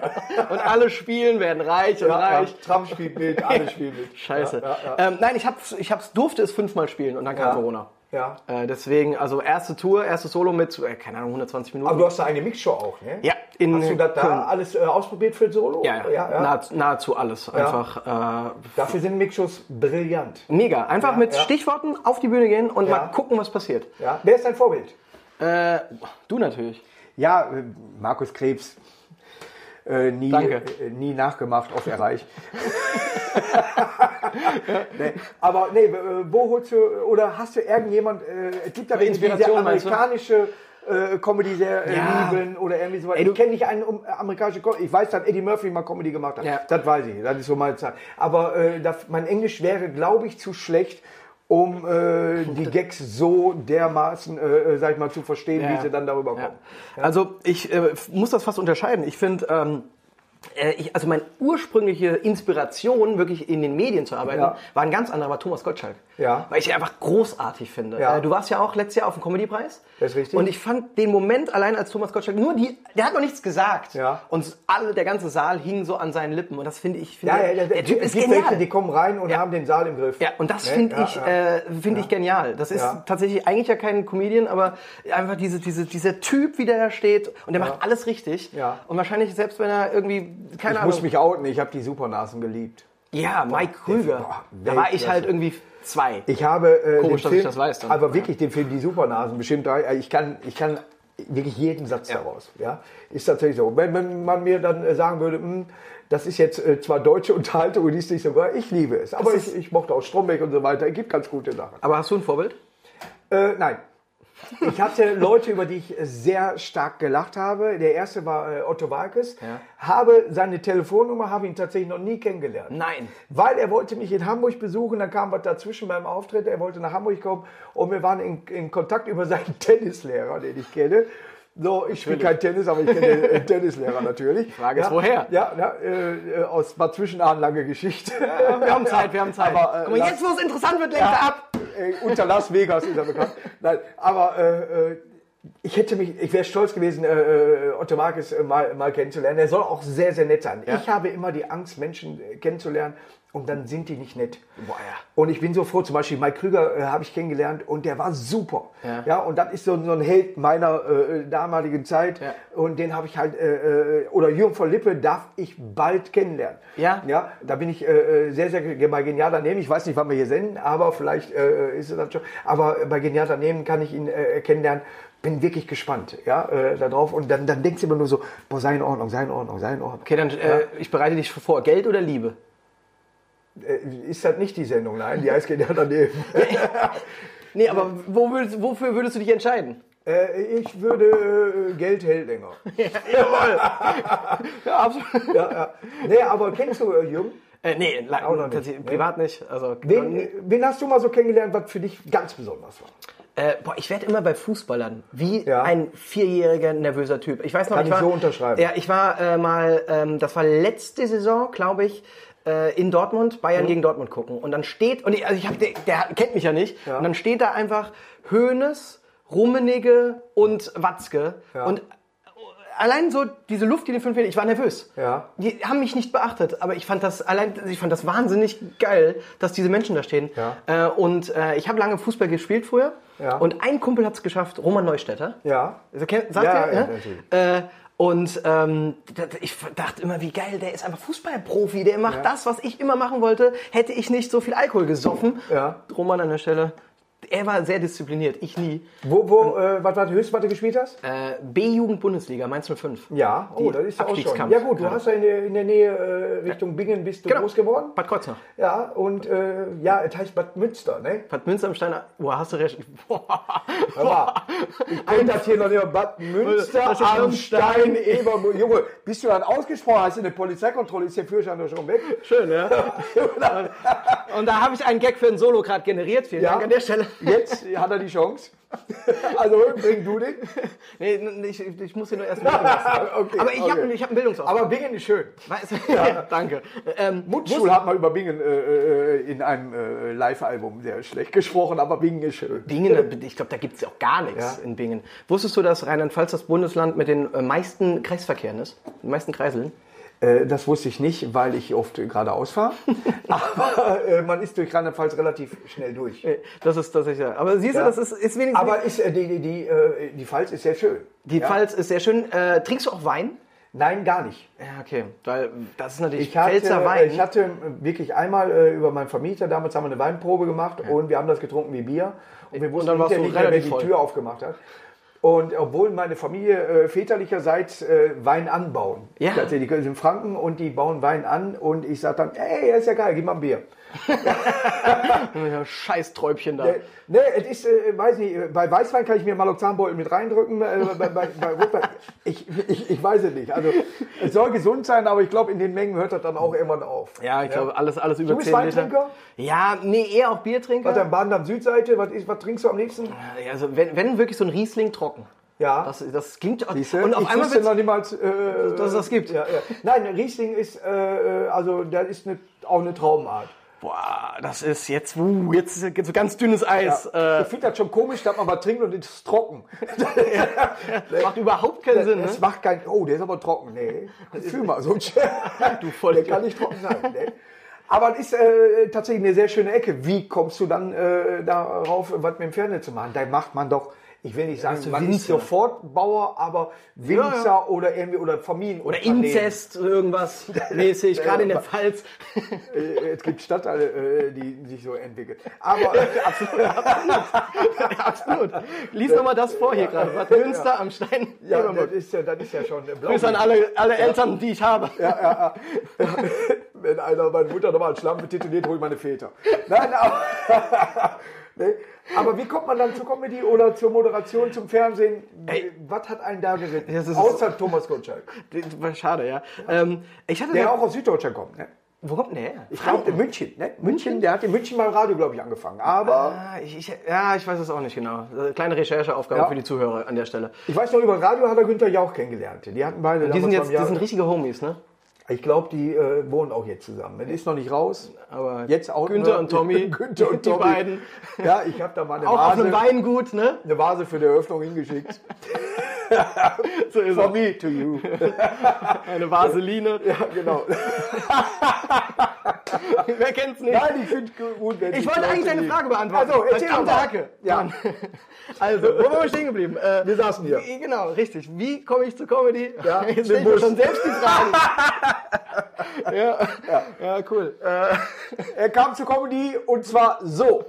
[SPEAKER 2] Und alle spielen, werden reich und
[SPEAKER 1] Ja, ja,
[SPEAKER 2] reich.
[SPEAKER 1] Trump spielt mit, alle spielen mit.
[SPEAKER 2] Scheiße.
[SPEAKER 1] Ja, ja,
[SPEAKER 2] Ähm, nein, ich, hab's, ich hab's, durfte es fünfmal spielen und dann kam
[SPEAKER 1] Ja.
[SPEAKER 2] Corona.
[SPEAKER 1] ja. ja.
[SPEAKER 2] Äh, deswegen, also erste Tour, erstes Solo mit, äh, keine Ahnung, 120 Minuten.
[SPEAKER 1] Aber du hast da eine Mixshow auch, ne?
[SPEAKER 2] ja, in
[SPEAKER 1] Hast du das
[SPEAKER 2] Köln.
[SPEAKER 1] da alles äh, ausprobiert für Solo?
[SPEAKER 2] Ja, ja, Nahezu, nahezu alles. Einfach äh,
[SPEAKER 1] Dafür sind Mixshows brillant.
[SPEAKER 2] mega. Einfach mit
[SPEAKER 1] ja.
[SPEAKER 2] Stichworten auf die Bühne gehen und
[SPEAKER 1] Ja.
[SPEAKER 2] mal gucken, was passiert.
[SPEAKER 1] Ja. Wer ist dein Vorbild?
[SPEAKER 2] Äh, du natürlich.
[SPEAKER 1] Ja, äh, Markus Krebs. Äh, nie,
[SPEAKER 2] Danke.
[SPEAKER 1] Äh, nie nachgemacht, oft erreicht. nee, aber nee, äh, wo holst du, oder hast du irgendjemand, äh, es gibt da irgendwie diese
[SPEAKER 2] Inspiration, meinst du?
[SPEAKER 1] amerikanische äh, Comedy sehr äh,
[SPEAKER 2] Ja.
[SPEAKER 1] lieben oder irgendwie sowas.
[SPEAKER 2] Ey, du-
[SPEAKER 1] ich kenne nicht einen um, äh, amerikanischen Comedy. Ich weiß, dass Eddie Murphy mal Comedy gemacht hat.
[SPEAKER 2] Ja.
[SPEAKER 1] Das weiß ich, das ist so meine Zeit. Aber äh, das, mein Englisch wäre, glaube ich, zu schlecht, um äh, die Gags so dermaßen, äh, sag ich mal, zu verstehen,
[SPEAKER 2] Ja.
[SPEAKER 1] wie sie dann darüber
[SPEAKER 2] Ja.
[SPEAKER 1] kommen.
[SPEAKER 2] Also ich äh, f- muss das fast unterscheiden. Ich finde, ähm, äh, ich, also meine ursprüngliche Inspiration, wirklich in den Medien zu arbeiten,
[SPEAKER 1] Ja.
[SPEAKER 2] war ein ganz anderer, war Thomas Gottschalk.
[SPEAKER 1] Ja.
[SPEAKER 2] Weil ich ihn einfach großartig finde.
[SPEAKER 1] Ja.
[SPEAKER 2] Äh, du warst ja auch letztes Jahr auf dem Comedy-Preis.
[SPEAKER 1] Das ist richtig.
[SPEAKER 2] Und ich fand den Moment allein als Thomas Gottschalk, nur die, der hat noch nichts gesagt.
[SPEAKER 1] Ja.
[SPEAKER 2] Und alle, der ganze Saal hing so an seinen Lippen. Und das finde ich, finde,
[SPEAKER 1] Ja, ja, ja,
[SPEAKER 2] der Typ ist
[SPEAKER 1] gibt
[SPEAKER 2] genial.
[SPEAKER 1] Welche, die kommen rein und haben den Saal im Griff.
[SPEAKER 2] Ja, und das
[SPEAKER 1] Ne?
[SPEAKER 2] finde
[SPEAKER 1] Ja,
[SPEAKER 2] ich,
[SPEAKER 1] ja.
[SPEAKER 2] äh, find ich genial. Das ist
[SPEAKER 1] Ja.
[SPEAKER 2] tatsächlich eigentlich ja kein Comedian, aber einfach diese, diese, dieser Typ, wie der da steht und der macht alles richtig.
[SPEAKER 1] Ja.
[SPEAKER 2] Und wahrscheinlich selbst wenn er irgendwie, keine
[SPEAKER 1] ich
[SPEAKER 2] Ahnung.
[SPEAKER 1] muss mich outen, ich habe die Supernasen geliebt.
[SPEAKER 2] Ja, Mike Krüger. Da war ich halt irgendwie zwei.
[SPEAKER 1] Ich habe äh, den
[SPEAKER 2] Komisch, dass
[SPEAKER 1] Film,
[SPEAKER 2] ich das weiß dann.
[SPEAKER 1] aber wirklich den Film Die Supernasen bestimmt. äh, Ich kann, ich kann wirklich jeden Satz daraus. Ja, ist tatsächlich so. Wenn, wenn man mir dann äh, sagen würde, hm, das ist jetzt äh, zwar deutsche Unterhaltung und die ist nicht so, geil, ich liebe es. Aber ich, ich mochte auch Stromberg und so weiter. Es gibt ganz gute Sachen.
[SPEAKER 2] Aber hast du ein Vorbild?
[SPEAKER 1] Äh, nein. Ich hatte Leute, über die ich sehr stark gelacht habe. Der erste war äh, Otto Walkes.
[SPEAKER 2] Ja.
[SPEAKER 1] Habe seine Telefonnummer, habe ihn tatsächlich noch nie kennengelernt.
[SPEAKER 2] Nein.
[SPEAKER 1] Weil er wollte mich in Hamburg besuchen, dann kam was dazwischen beim Auftritt, er wollte nach Hamburg kommen und wir waren in, in Kontakt über seinen Tennislehrer, den ich kenne. So, ich spiele kein Tennis, aber ich kenne den äh, Tennislehrer natürlich.
[SPEAKER 2] Frage ist,
[SPEAKER 1] ja,
[SPEAKER 2] woher?
[SPEAKER 1] Ja, ja äh, äh, aus war zwischenahn lange Geschichte.
[SPEAKER 2] Wir haben Zeit, wir haben Zeit.
[SPEAKER 1] Aber, äh,
[SPEAKER 2] Guck mal,
[SPEAKER 1] lass-
[SPEAKER 2] jetzt, wo es interessant wird, lenkt er ab.
[SPEAKER 1] äh, unter Las Vegas ist er bekannt. Nein, aber äh, äh, ich hätte mich, ich wäre stolz gewesen, äh, äh, Otto Marques äh, mal, mal kennenzulernen. Er soll auch sehr, sehr nett sein. Ich habe immer die Angst, Menschen äh, kennenzulernen und dann sind die nicht nett.
[SPEAKER 2] Boah, ja.
[SPEAKER 1] Und ich bin so froh, zum Beispiel Mike Krüger äh, habe ich kennengelernt und der war super.
[SPEAKER 2] Ja.
[SPEAKER 1] und das ist so, so ein Held meiner äh, damaligen Zeit.
[SPEAKER 2] Ja.
[SPEAKER 1] Und den habe ich halt, äh, äh, oder Jürgen von Lippe darf ich bald kennenlernen.
[SPEAKER 2] Ja.
[SPEAKER 1] Ja, da bin ich äh, äh, sehr, sehr ge- bei Genial daneben. Ich weiß nicht, wann wir hier senden, aber vielleicht äh, ist es dann schon. Aber bei Genial daneben kann ich ihn äh, kennenlernen. Bin wirklich gespannt ja, äh, darauf. Und dann, dann denkst du immer nur so, boah, sei in Ordnung, sei in Ordnung, sei in Ordnung.
[SPEAKER 2] Okay, dann äh, ich bereite dich vor. Geld oder Liebe?
[SPEAKER 1] Äh, ist das nicht die Sendung? Nein, die heißt Genial daneben.
[SPEAKER 2] Nee, aber wo würdest, wofür würdest du dich entscheiden?
[SPEAKER 1] Äh, ich würde äh, Geld hält länger.
[SPEAKER 2] Ja, absolut.
[SPEAKER 1] ja, ja. Nee, aber kennst du äh, Jürgen?
[SPEAKER 2] Äh, nee, la-
[SPEAKER 1] Auch noch nicht.
[SPEAKER 2] tatsächlich, privat nicht. Also,
[SPEAKER 1] Wen, äh, wen hast du mal so kennengelernt, was für dich ganz besonders war?
[SPEAKER 2] Äh, boah, ich werde immer bei Fußballern wie
[SPEAKER 1] Ja.
[SPEAKER 2] ein vierjähriger nervöser Typ. Ich weiß noch,
[SPEAKER 1] Kann
[SPEAKER 2] ich war,
[SPEAKER 1] ich so unterschreiben.
[SPEAKER 2] Ja, ich war äh, mal, ähm, das war letzte Saison, glaube ich, äh, in Dortmund, Bayern
[SPEAKER 1] Mhm.
[SPEAKER 2] gegen Dortmund gucken. Und dann steht, und ich, also ich hab, der, der hat- kennt mich ja nicht, und dann steht da einfach Hoeneß, Rummenigge und Watzke. Und äh, allein so diese Luft, die den fünf ich war nervös.
[SPEAKER 1] Ja.
[SPEAKER 2] Die haben mich nicht beachtet, aber ich fand das allein, ich fand das wahnsinnig geil, dass diese Menschen da stehen.
[SPEAKER 1] Ja.
[SPEAKER 2] Äh, und äh, ich habe lange Fußball gespielt früher.
[SPEAKER 1] Ja.
[SPEAKER 2] Und ein Kumpel hat es geschafft, Roman Neustädter.
[SPEAKER 1] Ja.
[SPEAKER 2] Also, kennt, sagt
[SPEAKER 1] Ja,
[SPEAKER 2] ihr?
[SPEAKER 1] ja,
[SPEAKER 2] ne? äh, und ähm, da- ich dachte immer, wie geil, der ist einfach Fußballprofi, der macht das, was ich immer machen wollte, hätte ich nicht so viel Alkohol gesoffen.
[SPEAKER 1] Ja.
[SPEAKER 2] Roman an der Stelle, er war sehr diszipliniert, ich nie.
[SPEAKER 1] Wo, wo, äh, was war das höchste, was du gespielt hast?
[SPEAKER 2] Ähm. Äh, B-Jugend-Bundesliga, Mainz 05.
[SPEAKER 1] Ja, oh,
[SPEAKER 2] Die
[SPEAKER 1] das ist ja auch schon.
[SPEAKER 2] Abstiegskampf.
[SPEAKER 1] Ja gut, du
[SPEAKER 2] Ja.
[SPEAKER 1] hast ja in der, in der Nähe äh, Richtung Bingen bist du
[SPEAKER 2] Genau.
[SPEAKER 1] groß geworden.
[SPEAKER 2] Bad Kreuznach.
[SPEAKER 1] Ja, und äh, ja, es heißt Bad Münster, ne?
[SPEAKER 2] Bad Münster am Stein. Boah, hast du recht. Boah.
[SPEAKER 1] Aber ich kenne das hier noch nicht. Bad Münster,
[SPEAKER 2] Das ist
[SPEAKER 1] am
[SPEAKER 2] am
[SPEAKER 1] Stein, Eberburg. Junge, bist du dann ausgesprochen? Hast du eine Polizeikontrolle? Ist der Führerschein doch schon weg?
[SPEAKER 2] Schön, ja. Und da habe ich einen Gag für ein Solo gerade generiert. Vielen
[SPEAKER 1] Ja.
[SPEAKER 2] Dank an der Stelle.
[SPEAKER 1] Jetzt hat er die Chance. Also bring du den.
[SPEAKER 2] Nee, n- ich, ich muss hier nur erst mal.
[SPEAKER 1] Okay,
[SPEAKER 2] Aber ich
[SPEAKER 1] okay.
[SPEAKER 2] habe ich hab einen Bildungsauftrag.
[SPEAKER 1] Aber Bingen ist schön.
[SPEAKER 2] Weißt- Danke. Ähm,
[SPEAKER 1] Mutschul hat mal über Bingen äh, äh, in einem äh, Live-Album sehr schlecht gesprochen, aber Bingen ist schön.
[SPEAKER 2] Bingen, da- ich glaube, da gibt es auch gar nichts
[SPEAKER 1] Ja.
[SPEAKER 2] in Bingen. Wusstest du, dass Rheinland-Pfalz das Bundesland mit den äh, meisten Kreisverkehren ist? Den meisten Kreiseln?
[SPEAKER 1] Äh, das wusste ich nicht, weil ich oft geradeaus fahre. aber äh, man ist durch Rheinland-Pfalz relativ schnell durch.
[SPEAKER 2] Nee, Das ist tatsächlich. Aber siehst du,
[SPEAKER 1] Ja.
[SPEAKER 2] das ist, ist wenigstens.
[SPEAKER 1] Aber ist, äh, die, die, die, äh, die Pfalz ist sehr schön.
[SPEAKER 2] die
[SPEAKER 1] ja.
[SPEAKER 2] Pfalz ist sehr schön. Äh, trinkst du auch Wein?
[SPEAKER 1] Nein, gar nicht.
[SPEAKER 2] Ja, okay. Weil das ist natürlich
[SPEAKER 1] Ich hatte, äh,
[SPEAKER 2] Pfälzer Wein.
[SPEAKER 1] ich hatte wirklich einmal äh, über meinen Vermieter, damals haben wir eine Weinprobe gemacht und wir haben das getrunken wie Bier. Und wir wussten
[SPEAKER 2] dann warst
[SPEAKER 1] hinterher nicht mehr, wer
[SPEAKER 2] du
[SPEAKER 1] die
[SPEAKER 2] relativ voll.
[SPEAKER 1] Tür aufgemacht hat. Und obwohl meine Familie äh, väterlicherseits äh, Wein anbauen.
[SPEAKER 2] Ja.
[SPEAKER 1] Tatsächlich, die sind Franken und die bauen Wein an und ich sage dann, ey, ist ja geil, gib mal ein Bier.
[SPEAKER 2] Ja, Scheißträubchen da.
[SPEAKER 1] Äh, Ne, es ist, äh, weiß nicht, äh, bei Weißwein kann ich mir Maloxanbeutel mit reindrücken, äh, bei, bei, bei Rotwein, ich, ich, ich weiß es nicht. Also, es soll gesund sein, aber ich glaube, in den Mengen hört das dann auch irgendwann auf.
[SPEAKER 2] Ja, ich glaube, alles, alles über
[SPEAKER 1] bist
[SPEAKER 2] 10 Liter.
[SPEAKER 1] Weintrinker?
[SPEAKER 2] Ja, nee, eher auch Biertrinker.
[SPEAKER 1] Was am Baden am Südseite, was, ist, was trinkst du am liebsten?
[SPEAKER 2] Also, wenn, wenn wirklich so ein Riesling trocken.
[SPEAKER 1] Ja.
[SPEAKER 2] Das, das klingt.
[SPEAKER 1] Siehste?
[SPEAKER 2] Und auf
[SPEAKER 1] ich
[SPEAKER 2] einmal
[SPEAKER 1] wusste
[SPEAKER 2] wird's,
[SPEAKER 1] noch niemals, äh,
[SPEAKER 2] dass es das gibt.
[SPEAKER 1] Ja, ja. Nein, Riesling ist, äh, äh, also das ist eine, auch eine Traubenart.
[SPEAKER 2] Boah, das ist jetzt. Uh, jetzt ist jetzt so ganz dünnes Eis.
[SPEAKER 1] ich finde das schon komisch, dass man was trinkt und es ist trocken.
[SPEAKER 2] Äh, macht überhaupt keinen Sinn. Ne?
[SPEAKER 1] Das macht kein, oh, der ist aber trocken, nee. Fühl mal, so ein Du
[SPEAKER 2] voll-
[SPEAKER 1] Der kann nicht trocken sein, nee. Aber es ist äh, tatsächlich eine sehr schöne Ecke. Wie kommst du dann äh, darauf, was mit dem Fernsehen zu machen? Da macht man doch ich will nicht sagen,
[SPEAKER 2] bist du
[SPEAKER 1] man ist
[SPEAKER 2] Winzer.
[SPEAKER 1] sofort Bauer, aber Winzer
[SPEAKER 2] Ja, ja.
[SPEAKER 1] oder irgendwie oder Familien
[SPEAKER 2] Oder Inzest, irgendwas mäßig, gerade in der Pfalz.
[SPEAKER 1] Äh, es gibt Stadtteile, äh, die sich so entwickeln. Aber absolut.
[SPEAKER 2] Absolut. Lies nochmal das vor hier gerade. Bad Münster am Stein.
[SPEAKER 1] Ja,
[SPEAKER 2] Eberbach.
[SPEAKER 1] das ist ja, das ist ja schon blau.
[SPEAKER 2] Grüße an alle, alle Eltern, die ich habe.
[SPEAKER 1] Wenn einer meine Mutter nochmal als Schlampe tituliert, hol ich meine Väter. Nein, aber, nee. aber wie kommt man dann zur Comedy oder zur Moderation, zum Fernsehen?
[SPEAKER 2] Ey.
[SPEAKER 1] Was hat einen da geritten?
[SPEAKER 2] Das ist-
[SPEAKER 1] Außer Thomas Gottschalk,
[SPEAKER 2] Schade, ja. Ähm, ich hatte
[SPEAKER 1] der
[SPEAKER 2] so-
[SPEAKER 1] auch aus Süddeutschland kommt. Ne?
[SPEAKER 2] Wo kommt denn der her?
[SPEAKER 1] Ich glaube, in München. Ne? München, der hat in München mal Radio, glaube ich, angefangen. Aber
[SPEAKER 2] Ah, ich, ich, ja, ich weiß es auch nicht genau. Äh, Kleine Rechercheaufgabe
[SPEAKER 1] Ja.
[SPEAKER 2] für die Zuhörer an der Stelle.
[SPEAKER 1] ich weiß noch, über Radio hat er Günther Jauch kennengelernt. Die hatten beide
[SPEAKER 2] Die
[SPEAKER 1] damals
[SPEAKER 2] sind jetzt,
[SPEAKER 1] beim
[SPEAKER 2] die
[SPEAKER 1] Jahr-
[SPEAKER 2] sind richtige Homies, ne?
[SPEAKER 1] Ich glaube, die äh, wohnen auch jetzt zusammen. Der ist noch nicht raus.
[SPEAKER 2] Aber
[SPEAKER 1] Jetzt auch
[SPEAKER 2] Günther
[SPEAKER 1] ne?
[SPEAKER 2] und Tommy,
[SPEAKER 1] Günther und
[SPEAKER 2] die
[SPEAKER 1] Tommy.
[SPEAKER 2] beiden.
[SPEAKER 1] Ja, ich habe da mal eine
[SPEAKER 2] Auch auf einem
[SPEAKER 1] Vase,
[SPEAKER 2] Weingut, ne?
[SPEAKER 1] eine Vase für die Eröffnung hingeschickt.
[SPEAKER 2] So ist
[SPEAKER 1] For
[SPEAKER 2] er.
[SPEAKER 1] me to you.
[SPEAKER 2] Eine Vaseline.
[SPEAKER 1] Ja, genau.
[SPEAKER 2] Wer kennt's nicht?
[SPEAKER 1] Nein, ich finde gut, wenn
[SPEAKER 2] Ich
[SPEAKER 1] die
[SPEAKER 2] wollte
[SPEAKER 1] Leute
[SPEAKER 2] eigentlich deine
[SPEAKER 1] lieben.
[SPEAKER 2] Frage beantworten.
[SPEAKER 1] Also, erzähl
[SPEAKER 2] Verdammte
[SPEAKER 1] doch mal.
[SPEAKER 2] Hacke.
[SPEAKER 1] Ja.
[SPEAKER 2] Mann. Also, wo waren wir stehen geblieben? Äh,
[SPEAKER 1] Wir saßen hier.
[SPEAKER 2] wie- Genau, richtig. Wie komme ich zur Comedy?
[SPEAKER 1] Ja,
[SPEAKER 2] Jetzt
[SPEAKER 1] mit dem
[SPEAKER 2] stelle ich mir
[SPEAKER 1] Bus.
[SPEAKER 2] schon selbst die Fragen. ja. Ja. cool. Äh,
[SPEAKER 1] Er kam zur Comedy und zwar so.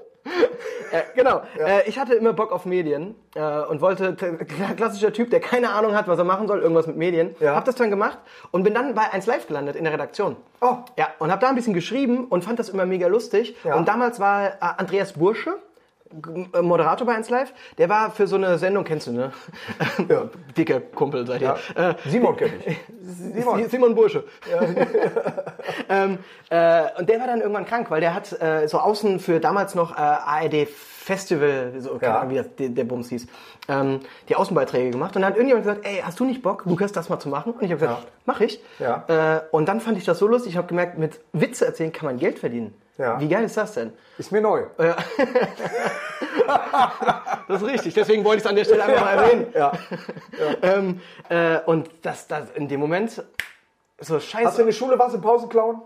[SPEAKER 2] äh, genau. Äh, ich hatte immer Bock auf Medien äh, und wollte, t- klassischer Typ, der keine Ahnung hat, was er machen soll, irgendwas mit Medien.
[SPEAKER 1] Ja.
[SPEAKER 2] Hab das dann gemacht und bin dann bei 1 Live gelandet in der Redaktion.
[SPEAKER 1] Oh.
[SPEAKER 2] Ja, und habe da ein bisschen geschrieben und fand das immer mega lustig.
[SPEAKER 1] Ja.
[SPEAKER 2] Und damals war äh, Andreas Bursche, G- äh, Moderator bei 1 Live, der war für so eine Sendung, kennst du, ne?
[SPEAKER 1] Ja.
[SPEAKER 2] Dicker Kumpel seid ihr. Äh,
[SPEAKER 1] Simon kenne ich. Simon.
[SPEAKER 2] Simon. Bursche. ähm, äh, und der war dann irgendwann krank, weil der hat äh, so außen für damals noch äh, ARD Festival, so, keine
[SPEAKER 1] Ja.
[SPEAKER 2] Ahnung, wie das, der, der Bums hieß, ähm, die Außenbeiträge gemacht. Und dann hat irgendjemand gesagt, ey, hast du nicht Bock, Lukas, das mal zu machen? Und ich habe gesagt,
[SPEAKER 1] Ja.
[SPEAKER 2] mach ich.
[SPEAKER 1] Ja.
[SPEAKER 2] Äh, und dann fand ich das so lustig, ich habe gemerkt, mit Witze erzählen kann man Geld verdienen.
[SPEAKER 1] Ja.
[SPEAKER 2] Wie geil ist das denn?
[SPEAKER 1] Ist mir neu.
[SPEAKER 2] Das ist richtig, deswegen wollte ich es an der Stelle einfach mal erwähnen.
[SPEAKER 1] Ja.
[SPEAKER 2] Ähm, äh, und das, das in dem Moment so
[SPEAKER 1] Hast du
[SPEAKER 2] scheiße.
[SPEAKER 1] in der Schule was im Pausenclown?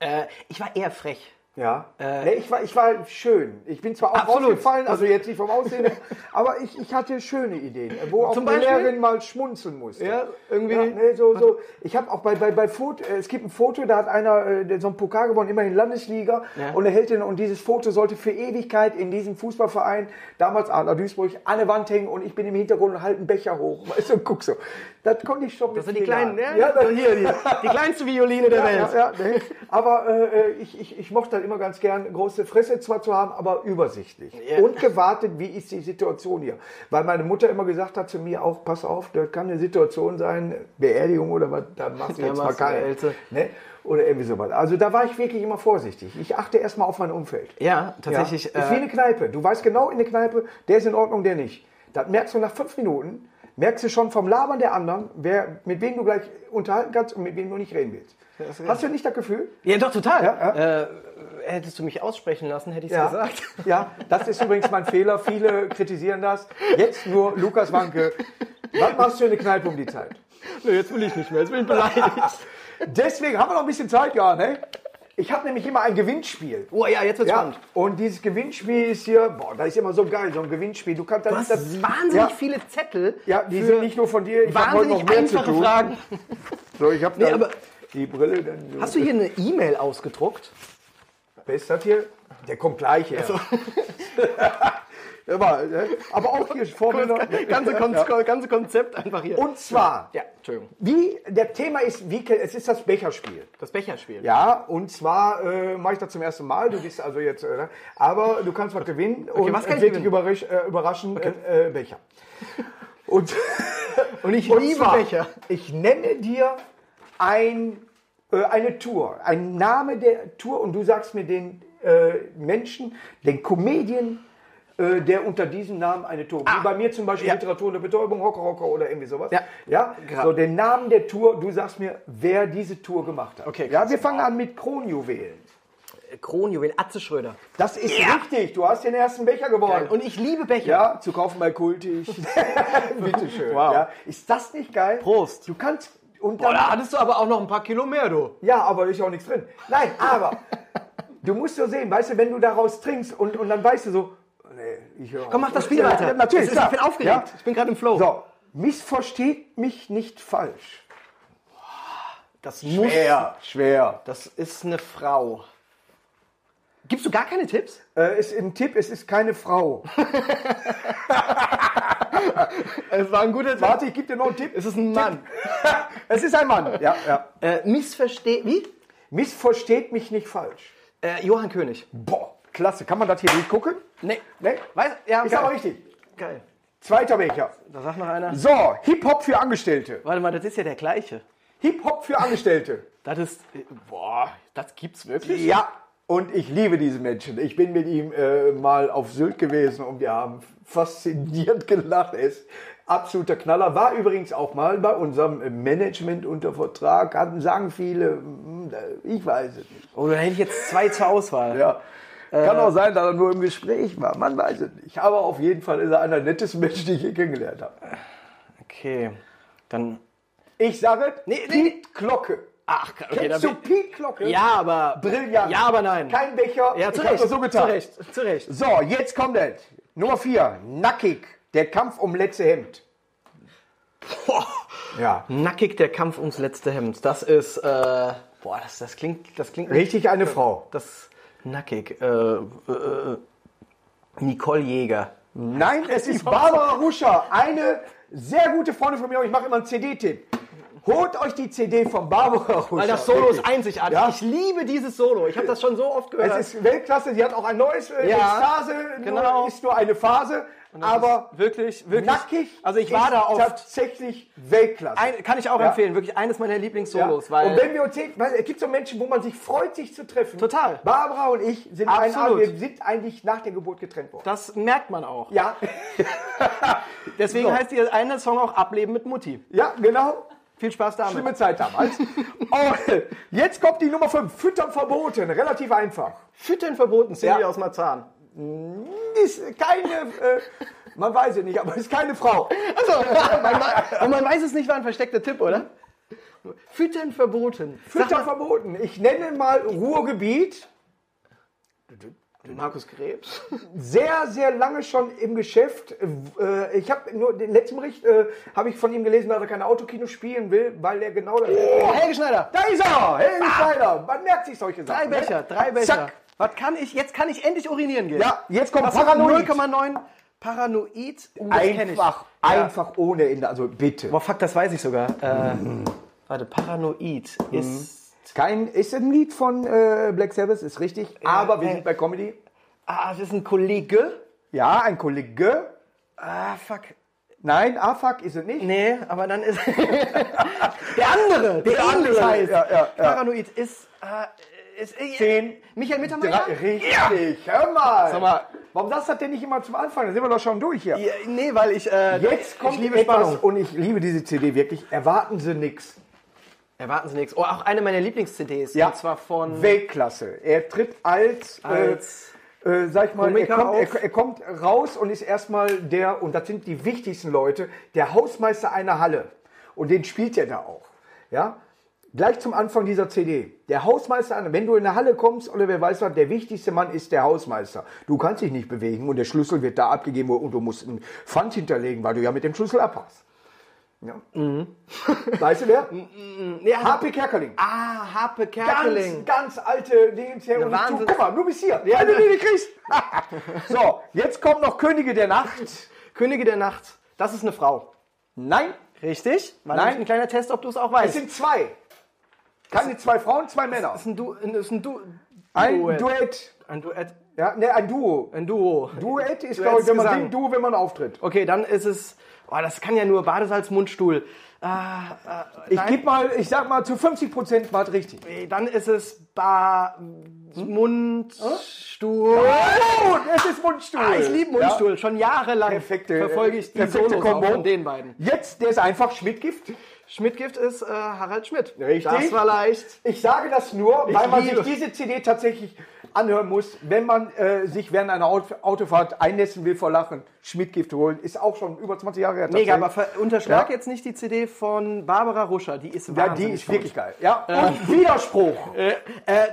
[SPEAKER 2] Äh, ich war eher frech.
[SPEAKER 1] Ja. nee, ich, war, ich war schön. Ich bin zwar auch
[SPEAKER 2] Äh. Absolut.
[SPEAKER 1] aufgefallen, also jetzt nicht vom Aussehen, her, aber ich, ich hatte schöne Ideen, wo auch
[SPEAKER 2] Zum
[SPEAKER 1] die
[SPEAKER 2] Beispiel?
[SPEAKER 1] Lehrerin mal schmunzeln musste.
[SPEAKER 2] Ja, irgendwie- Also
[SPEAKER 1] Ja, nee, so, so. Ich habe auch bei, bei, bei Foto, es gibt ein Foto, da hat einer äh, der so einen Pokal gewonnen, immerhin Landesliga,
[SPEAKER 2] Ja.
[SPEAKER 1] und er hält den, und dieses Foto sollte für Ewigkeit in diesem Fußballverein, damals Adler Duisburg, an der Wand hängen und ich bin im Hintergrund und halte einen Becher hoch, weißt du, und guck so. Das konnte ich schon mit
[SPEAKER 2] Das sind die
[SPEAKER 1] vier
[SPEAKER 2] kleinen,
[SPEAKER 1] Jahren.
[SPEAKER 2] ne?
[SPEAKER 1] Ja, das,
[SPEAKER 2] hier, die, die kleinste Violine der Welt.
[SPEAKER 1] ja, ja, nee. Aber äh, ich, ich, ich mochte halt immer ganz gern, große Fresse zwar zu haben, aber übersichtlich.
[SPEAKER 2] Ja.
[SPEAKER 1] Und gewartet, wie ist die Situation hier. Weil meine Mutter immer gesagt hat zu mir auch, pass auf, da kann eine Situation sein, Beerdigung oder was, da machst du
[SPEAKER 2] Da
[SPEAKER 1] jetzt mal
[SPEAKER 2] machst du
[SPEAKER 1] keine.
[SPEAKER 2] Elze.
[SPEAKER 1] Ne? Oder irgendwie sowas. Also da war ich wirklich immer vorsichtig. Ich achte erstmal auf mein Umfeld.
[SPEAKER 2] Ja,
[SPEAKER 1] Ja?
[SPEAKER 2] tatsächlich.
[SPEAKER 1] ist wie
[SPEAKER 2] Äh,
[SPEAKER 1] eine Kneipe. Du weißt genau in der Kneipe, der ist in Ordnung, der nicht. Das merkst du nach fünf Minuten, merkst du schon vom Labern der anderen, wer, mit wem du gleich unterhalten kannst und mit wem du nicht reden willst. Hast du nicht das Gefühl?
[SPEAKER 2] ja, doch, total.
[SPEAKER 1] Ja,
[SPEAKER 2] Äh, hättest du mich aussprechen lassen, hätte ich es
[SPEAKER 1] Ja.
[SPEAKER 2] gesagt.
[SPEAKER 1] Ja, das ist übrigens mein Fehler. Viele kritisieren das. Jetzt nur Lukas Wanke. Was machst du in der Kneipe um die Zeit?
[SPEAKER 2] Nö, jetzt will ich nicht mehr, jetzt bin ich beleidigt.
[SPEAKER 1] Deswegen haben wir noch ein bisschen Zeit, ja, ne? Ich habe nämlich immer ein Gewinnspiel.
[SPEAKER 2] oh ja, jetzt wird's
[SPEAKER 1] Ja,
[SPEAKER 2] spannend.
[SPEAKER 1] und dieses Gewinnspiel ist hier, boah, das ist immer so geil, so ein Gewinnspiel. Du kannst
[SPEAKER 2] Du
[SPEAKER 1] das,
[SPEAKER 2] hast
[SPEAKER 1] das
[SPEAKER 2] wahnsinnig
[SPEAKER 1] ja,
[SPEAKER 2] viele Zettel.
[SPEAKER 1] Ja, die
[SPEAKER 2] für
[SPEAKER 1] sind nicht nur von dir. Ich hab heute noch
[SPEAKER 2] wahnsinnig
[SPEAKER 1] mehr zu
[SPEAKER 2] einfache
[SPEAKER 1] tun.
[SPEAKER 2] Fragen.
[SPEAKER 1] So, ich habe
[SPEAKER 2] Nee,
[SPEAKER 1] da
[SPEAKER 2] aber-
[SPEAKER 1] die Brille. Dann so.
[SPEAKER 2] Hast du hier eine E-Mail ausgedruckt?
[SPEAKER 1] Wer ist das hier? Der kommt gleich her.
[SPEAKER 2] Also-
[SPEAKER 1] Ja, war, ne? Aber auch hier vor mir noch.
[SPEAKER 2] Ganze, Kon ganze Konzept einfach hier.
[SPEAKER 1] Und zwar,
[SPEAKER 2] ja, Entschuldigung.
[SPEAKER 1] wie, der Thema ist, wie, es ist das Becherspiel.
[SPEAKER 2] Das Becherspiel.
[SPEAKER 1] Ja, und zwar äh, mache ich das zum ersten Mal. Du bist also jetzt, äh, ne? aber du kannst was gewinnen und
[SPEAKER 2] was kann
[SPEAKER 1] es
[SPEAKER 2] ich
[SPEAKER 1] wird dich
[SPEAKER 2] gewinnen?
[SPEAKER 1] überrasch, äh, überraschen, äh, äh, Becher. Und,
[SPEAKER 2] Und ich
[SPEAKER 1] und
[SPEAKER 2] liebe
[SPEAKER 1] zwar,
[SPEAKER 2] Becher.
[SPEAKER 1] Ich nenne dir ein, äh, eine Tour, einen Name der Tour und du sagst mir den äh, Menschen, den Comedian, äh, der unter diesem Namen eine Tour, wie bei mir zum Beispiel
[SPEAKER 2] Ah. Ja.
[SPEAKER 1] Literatur und Betäubung, Hocker, Hocker oder irgendwie sowas.
[SPEAKER 2] Ja.
[SPEAKER 1] ja?
[SPEAKER 2] Klar.
[SPEAKER 1] So den Namen der Tour, du sagst mir, wer diese Tour gemacht hat.
[SPEAKER 2] Okay,
[SPEAKER 1] ja,
[SPEAKER 2] krass.
[SPEAKER 1] wir fangen an mit Kronjuwelen.
[SPEAKER 2] Kronjuwel, Atze Schröder.
[SPEAKER 1] Das ist richtig. Du hast den ersten Becher gewonnen.
[SPEAKER 2] Und ich liebe Becher.
[SPEAKER 1] ja, zu kaufen bei Kultig. Bitteschön.
[SPEAKER 2] Wow.
[SPEAKER 1] Ja. Ist das nicht geil?
[SPEAKER 2] Prost.
[SPEAKER 1] Du kannst. Und
[SPEAKER 2] Boah,
[SPEAKER 1] dann,
[SPEAKER 2] Oh, da hattest du aber auch noch ein paar Kilo mehr, du.
[SPEAKER 1] ja, aber da ist ja auch nichts drin. Nein, aber du musst so sehen, weißt du, wenn du daraus trinkst und, und dann weißt du so, nee, ich höre
[SPEAKER 2] Komm, mach das Spiel weiter.
[SPEAKER 1] Ja, natürlich,
[SPEAKER 2] Es ist, ich
[SPEAKER 1] klar.
[SPEAKER 2] bin aufgeregt. Ich bin gerade im Flow.
[SPEAKER 1] Ja? So, missversteht mich nicht falsch.
[SPEAKER 2] Das muss.
[SPEAKER 1] schwer.
[SPEAKER 2] Das ist eine Frau. Gibst du gar keine Tipps?
[SPEAKER 1] Äh, ist ein Tipp, es ist keine Frau.
[SPEAKER 2] Es war ein guter Tipp.
[SPEAKER 1] Warte, ich gebe dir noch einen Tipp.
[SPEAKER 2] Es ist ein Mann.
[SPEAKER 1] Es ist ein Mann. Ja, ja.
[SPEAKER 2] Äh, missversteh. Wie?
[SPEAKER 1] Missversteht mich nicht falsch.
[SPEAKER 2] Äh, Johann König.
[SPEAKER 1] Boah, klasse. Kann man das hier nicht gucken?
[SPEAKER 2] Nee.
[SPEAKER 1] Ne?
[SPEAKER 2] Weiß, ja,
[SPEAKER 1] Ist
[SPEAKER 2] geil.
[SPEAKER 1] aber richtig.
[SPEAKER 2] Geil.
[SPEAKER 1] Zweiter Becher.
[SPEAKER 2] Da sagt noch einer.
[SPEAKER 1] So, Hip-Hop für Angestellte.
[SPEAKER 2] Warte mal, das ist ja der gleiche.
[SPEAKER 1] Hip-Hop für Angestellte.
[SPEAKER 2] Das ist. äh, Boah, das gibt's wirklich?
[SPEAKER 1] Ja, und ich liebe diesen Menschen. Ich bin mit ihm äh, mal auf Sylt gewesen und wir haben faszinierend gelacht. Er ist absoluter Knaller. War übrigens auch mal bei unserem Management unter Vertrag. Hatten, sagen viele, mm, äh, ich weiß es nicht.
[SPEAKER 2] Oh, da hätte ich jetzt zwei zur Auswahl.
[SPEAKER 1] Ja.
[SPEAKER 2] Äh.
[SPEAKER 1] Kann auch sein, dass er nur im Gespräch war. Man weiß es nicht. Aber auf jeden Fall ist er einer nettesten Menschen, die ich je kennengelernt habe.
[SPEAKER 2] Okay. Dann.
[SPEAKER 1] Ich sage,
[SPEAKER 2] Nee, nee, nee.
[SPEAKER 1] Piet Glocke.
[SPEAKER 2] Ach, okay,
[SPEAKER 1] Kennst
[SPEAKER 2] dann
[SPEAKER 1] du Piet Glocke?
[SPEAKER 2] Ja, aber.
[SPEAKER 1] Brillant.
[SPEAKER 2] Ja, aber nein.
[SPEAKER 1] Kein Becher.
[SPEAKER 2] ja,
[SPEAKER 1] Ich
[SPEAKER 2] zu
[SPEAKER 1] hab
[SPEAKER 2] Recht.
[SPEAKER 1] das so getan.
[SPEAKER 2] Zu Recht. Zu Recht.
[SPEAKER 1] So, jetzt kommt es. Nummer 4. Nackig. Der Kampf um letzte Hemd. Ja.
[SPEAKER 2] Nackig der Kampf ums letzte Hemd. Das ist. Äh, boah, das, das klingt. Das klingt.
[SPEAKER 1] Richtig eine Frau.
[SPEAKER 2] Das. Nackig. Äh, äh, Nicole Jäger.
[SPEAKER 1] Nein, es ist Barbara Ruscher. Eine sehr gute Freundin von mir. Und ich mache immer einen CD-Tipp. Holt euch die CD von Barbara Ruscher.
[SPEAKER 2] Weil das Solo ist
[SPEAKER 1] Wirklich.
[SPEAKER 2] einzigartig.
[SPEAKER 1] Ja.
[SPEAKER 2] Ich liebe dieses Solo. Ich habe das schon so oft gehört.
[SPEAKER 1] Es ist Weltklasse. Sie hat auch ein neues äh,
[SPEAKER 2] Ja.
[SPEAKER 1] Ekstase.
[SPEAKER 2] Genau.
[SPEAKER 1] Nur, ist nur eine Phase. Aber
[SPEAKER 2] wirklich, wirklich.
[SPEAKER 1] nackig
[SPEAKER 2] Also ich war da
[SPEAKER 1] ist
[SPEAKER 2] oft.
[SPEAKER 1] tatsächlich Weltklasse.
[SPEAKER 2] Ein, kann ich auch
[SPEAKER 1] Ja.
[SPEAKER 2] empfehlen. Wirklich eines meiner Lieblingssolos.
[SPEAKER 1] Ja.
[SPEAKER 2] Weil
[SPEAKER 1] und wenn wir uns sehen, weil es gibt so Menschen, wo man sich freut, sich zu treffen.
[SPEAKER 2] Total.
[SPEAKER 1] Barbara und ich sind, ein,
[SPEAKER 2] Absolut.
[SPEAKER 1] wir sind eigentlich nach der Geburt getrennt worden.
[SPEAKER 2] das merkt man auch.
[SPEAKER 1] Ja,
[SPEAKER 2] Deswegen
[SPEAKER 1] So.
[SPEAKER 2] heißt ihr eine Song auch Ableben mit Mutti.
[SPEAKER 1] ja, genau.
[SPEAKER 2] Viel Spaß damit.
[SPEAKER 1] Schlimme Zeit damals. oh, jetzt kommt die Nummer 5. Füttern verboten. Relativ einfach.
[SPEAKER 2] Füttern verboten, Cindy
[SPEAKER 1] Ja.
[SPEAKER 2] aus Marzahn.
[SPEAKER 1] Ist keine, äh, man weiß es nicht, aber ist keine Frau.
[SPEAKER 2] Also, und man weiß es nicht, war ein versteckter Tipp, oder? Füttern verboten. Sag
[SPEAKER 1] Füttern verboten. Ich nenne mal Ruhrgebiet.
[SPEAKER 2] mal, Markus Krebs.
[SPEAKER 1] sehr, sehr lange schon im Geschäft. Äh, Ich habe nur den letzten Bericht äh, habe ich von ihm gelesen, dass er kein Autokino spielen will, weil er genau das.
[SPEAKER 2] Oh, Helge Schneider.
[SPEAKER 1] Da ist er! Helge Schneider! Man merkt sich solche
[SPEAKER 2] Drei
[SPEAKER 1] Sachen. ne?
[SPEAKER 2] Becher, drei Becher.
[SPEAKER 1] Zack.
[SPEAKER 2] Was kann ich? Jetzt kann ich endlich urinieren gehen.
[SPEAKER 1] Ja, jetzt kommt
[SPEAKER 2] Was Paranoid.
[SPEAKER 1] Paranoid.
[SPEAKER 2] 0,9 Paranoid. Oh, das kenn ich.
[SPEAKER 1] Einfach, einfach ohne Ende. Also bitte.
[SPEAKER 2] Boah, fuck, das weiß ich sogar. Äh,
[SPEAKER 1] Mhm.
[SPEAKER 2] Warte, Paranoid ist.
[SPEAKER 1] Kein, ist ein Lied von äh, Black Sabbath, ist richtig. aber wir
[SPEAKER 2] ey.
[SPEAKER 1] sind bei Comedy.
[SPEAKER 2] Ah, es ist ein Kollege.
[SPEAKER 1] Ja, ein Kollege.
[SPEAKER 2] Ah, fuck.
[SPEAKER 1] Nein, AFAC ist es nicht.
[SPEAKER 2] Nee, aber dann ist. der andere, der, ähnlich
[SPEAKER 1] andere,
[SPEAKER 2] heißt.
[SPEAKER 1] ja, ja, ja.
[SPEAKER 2] Paranoid ist. Äh, ist äh,
[SPEAKER 1] Zehn.
[SPEAKER 2] Michael Mittermeier?
[SPEAKER 1] Drei, richtig, hör mal.
[SPEAKER 2] Sag mal.
[SPEAKER 1] Warum sagst du das denn nicht immer zum Anfang? Dann sind wir doch schon durch hier.
[SPEAKER 2] Ja, nee, weil ich. Äh,
[SPEAKER 1] Jetzt kommt
[SPEAKER 2] ich liebe
[SPEAKER 1] etwas
[SPEAKER 2] Spannung.
[SPEAKER 1] und ich liebe diese CD wirklich. Erwarten Sie nichts.
[SPEAKER 2] Erwarten Sie nichts. Oh, auch eine meiner Lieblings-CDs.
[SPEAKER 1] Ja.
[SPEAKER 2] Und zwar von.
[SPEAKER 1] Weltklasse. Er tritt als,
[SPEAKER 2] Als-
[SPEAKER 1] äh, äh, sag ich mal, er
[SPEAKER 2] Komiker
[SPEAKER 1] kommt,
[SPEAKER 2] auf.
[SPEAKER 1] er, er kommt raus und ist erstmal der, und das sind die wichtigsten Leute, der Hausmeister einer Halle. Und den spielt er da auch. Ja? Gleich zum Anfang dieser CD. Der Hausmeister, einer- wenn du in eine Halle kommst oder wer weiß was, der wichtigste Mann ist der Hausmeister. Du kannst dich nicht bewegen und der Schlüssel wird da abgegeben und du musst einen Pfand hinterlegen, weil du ja mit dem Schlüssel abhast. Ja.
[SPEAKER 2] Mhm.
[SPEAKER 1] Weißt du wer?
[SPEAKER 2] Nee, Harpe,
[SPEAKER 1] H.P. Kerkeling.
[SPEAKER 2] ah, Harpe Kerkeling.
[SPEAKER 1] Ganz, ganz alte Dingens her. Und
[SPEAKER 2] Wahnsinn.
[SPEAKER 1] du, guck mal, du bist hier. Ja, du, du, du kriegst. so, jetzt kommen noch Könige der Nacht.
[SPEAKER 2] Könige der Nacht. Das ist eine Frau.
[SPEAKER 1] Nein,
[SPEAKER 2] Richtig? War
[SPEAKER 1] Nein.
[SPEAKER 2] nämlich ein kleiner Test, ob du es auch
[SPEAKER 1] es
[SPEAKER 2] weißt.
[SPEAKER 1] sind zwei. Keine zwei Frauen, zwei Männer.
[SPEAKER 2] ist ein, du ein- ist ein, du
[SPEAKER 1] Ein
[SPEAKER 2] Duett.
[SPEAKER 1] Duett.
[SPEAKER 2] ein Duett.
[SPEAKER 1] Ja, ne, ein Duo.
[SPEAKER 2] Ein Duo.
[SPEAKER 1] Duett ist,
[SPEAKER 2] Duett
[SPEAKER 1] glaube ich,
[SPEAKER 2] ist
[SPEAKER 1] wenn man
[SPEAKER 2] Gesang.
[SPEAKER 1] singt, Duo, wenn man auftritt.
[SPEAKER 2] Okay, dann ist es. Oh, das kann ja nur Badesalz, Mundstuhl. Ah, äh,
[SPEAKER 1] Ich
[SPEAKER 2] nein.
[SPEAKER 1] geb mal, ich sag mal, zu 50 Prozent war es richtig.
[SPEAKER 2] Nee, Dann ist es Ba. Hm? Mundstuhl.
[SPEAKER 1] Oh, es ist Mundstuhl.
[SPEAKER 2] Ah, ich liebe Mundstuhl. Schon jahrelang
[SPEAKER 1] Perfekte,
[SPEAKER 2] verfolge ich die
[SPEAKER 1] perfekte
[SPEAKER 2] Solos auch
[SPEAKER 1] Kombo.
[SPEAKER 2] von den beiden.
[SPEAKER 1] Ja. Jetzt, der ist einfach Schmidtgift.
[SPEAKER 2] Schmidtgift ist äh, Harald Schmidt.
[SPEAKER 1] Richtig.
[SPEAKER 2] Das war leicht.
[SPEAKER 1] Ich sage das nur, weil man
[SPEAKER 2] liebe-
[SPEAKER 1] sich diese CD tatsächlich anhören muss, wenn man äh, sich während einer Aut- Autofahrt einlassen will vor Lachen, Schmidtgift holen, ist auch schon über 20 Jahre her.
[SPEAKER 2] Mega,
[SPEAKER 1] tatsächlich.
[SPEAKER 2] aber ver- unterschlag
[SPEAKER 1] Ja.
[SPEAKER 2] jetzt nicht die CD von Barbara Ruscher. Die ist
[SPEAKER 1] ja, die
[SPEAKER 2] wahnsinnig
[SPEAKER 1] ist
[SPEAKER 2] gut.
[SPEAKER 1] wirklich geil. Ja, und Widerspruch.
[SPEAKER 2] Äh,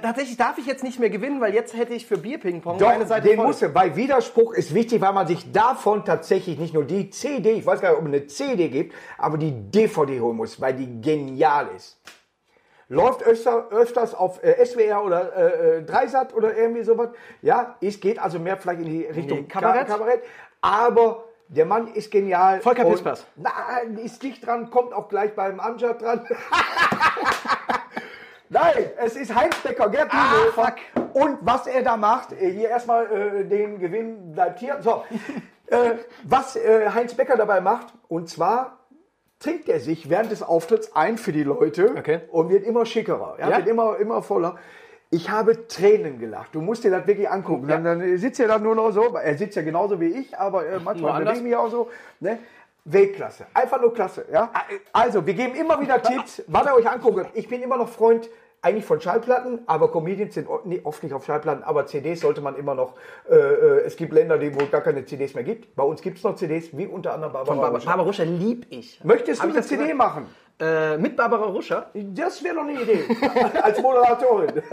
[SPEAKER 2] tatsächlich darf ich jetzt nicht mehr gewinnen, weil jetzt hätte ich für Bierpingpong
[SPEAKER 1] Doch,
[SPEAKER 2] meine Seite
[SPEAKER 1] den
[SPEAKER 2] voll.
[SPEAKER 1] musst du. Bei Widerspruch ist wichtig, weil man sich davon tatsächlich nicht nur die CD, ich weiß gar nicht, ob es eine CD gibt, aber die DVD holen muss, weil die genial ist. Läuft öfter, öfters auf äh, SWR oder äh, äh, Dreisat oder irgendwie sowas. Ja, es geht also mehr vielleicht in die Richtung
[SPEAKER 2] die Kabarett.
[SPEAKER 1] Ka- Kabarett. Aber der Mann ist genial.
[SPEAKER 2] Volker
[SPEAKER 1] und-
[SPEAKER 2] Pispers.
[SPEAKER 1] Nein, ist dicht dran, kommt auch gleich beim Amjad dran. Nein, es ist Heinz Becker, Gerd
[SPEAKER 2] Ah,
[SPEAKER 1] Bühne. Und was er da macht, äh, hier erstmal äh, den Gewinn bleibt hier. So, äh, was äh, Heinz Becker dabei macht, und zwar trinkt er sich während des Auftritts ein für die Leute
[SPEAKER 2] Okay.
[SPEAKER 1] und wird immer schickerer, ja?
[SPEAKER 2] Ja.
[SPEAKER 1] wird immer, immer voller. Ich habe Tränen gelacht. Du musst dir das wirklich angucken. Dann, dann sitzt er da nur noch so. Er sitzt ja genauso wie ich, aber äh,
[SPEAKER 2] Nur
[SPEAKER 1] manchmal
[SPEAKER 2] anders.
[SPEAKER 1] bewege ich mich auch so. Ne? Weltklasse. Einfach nur klasse. Ja?
[SPEAKER 2] Ah, äh.
[SPEAKER 1] Also, wir geben immer wieder Tipps, was ihr euch angucken könnt. Ich bin immer noch Freund eigentlich von Schallplatten, aber Comedians sind o- nie- oft nicht auf Schallplatten, aber CDs sollte man immer noch. Äh, äh, es gibt Länder, die- wo es gar keine CDs mehr gibt. Bei uns gibt es noch CDs, wie unter anderem Barbara.
[SPEAKER 2] Von Barbara,
[SPEAKER 1] Ruscher.
[SPEAKER 2] Barbara Ruscher lieb ich.
[SPEAKER 1] Möchtest
[SPEAKER 2] Hab
[SPEAKER 1] du
[SPEAKER 2] ich
[SPEAKER 1] eine
[SPEAKER 2] das
[SPEAKER 1] CD
[SPEAKER 2] gesagt?
[SPEAKER 1] machen?
[SPEAKER 2] Äh, mit Barbara Ruscher.
[SPEAKER 1] Das wäre doch eine Idee. Als Moderatorin.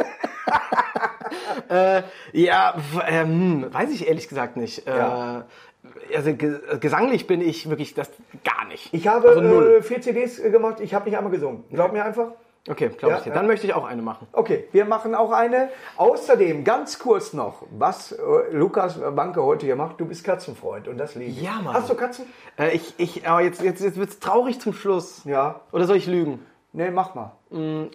[SPEAKER 2] Äh, Ja, w- ähm, weiß ich ehrlich gesagt nicht.
[SPEAKER 1] Ja.
[SPEAKER 2] Äh, also ge gesanglich bin ich wirklich das gar nicht.
[SPEAKER 1] Ich habe
[SPEAKER 2] also null.
[SPEAKER 1] äh, vier CDs gemacht, ich habe nicht einmal gesungen. Glaub mir einfach.
[SPEAKER 2] Okay, glaube
[SPEAKER 1] ja,
[SPEAKER 2] ich dir.
[SPEAKER 1] ja.
[SPEAKER 2] Dann möchte ich auch eine machen.
[SPEAKER 1] Okay, wir machen auch eine. Außerdem, ganz kurz noch, was äh, Lukas Banke heute hier macht. Du bist Katzenfreund und das liebe ich.
[SPEAKER 2] Ja, Mann.
[SPEAKER 1] Hast du Katzen?
[SPEAKER 2] Äh, ich, ich, aber jetzt, jetzt, jetzt wird's traurig zum Schluss.
[SPEAKER 1] Ja.
[SPEAKER 2] Oder soll ich lügen?
[SPEAKER 1] Nee, mach mal.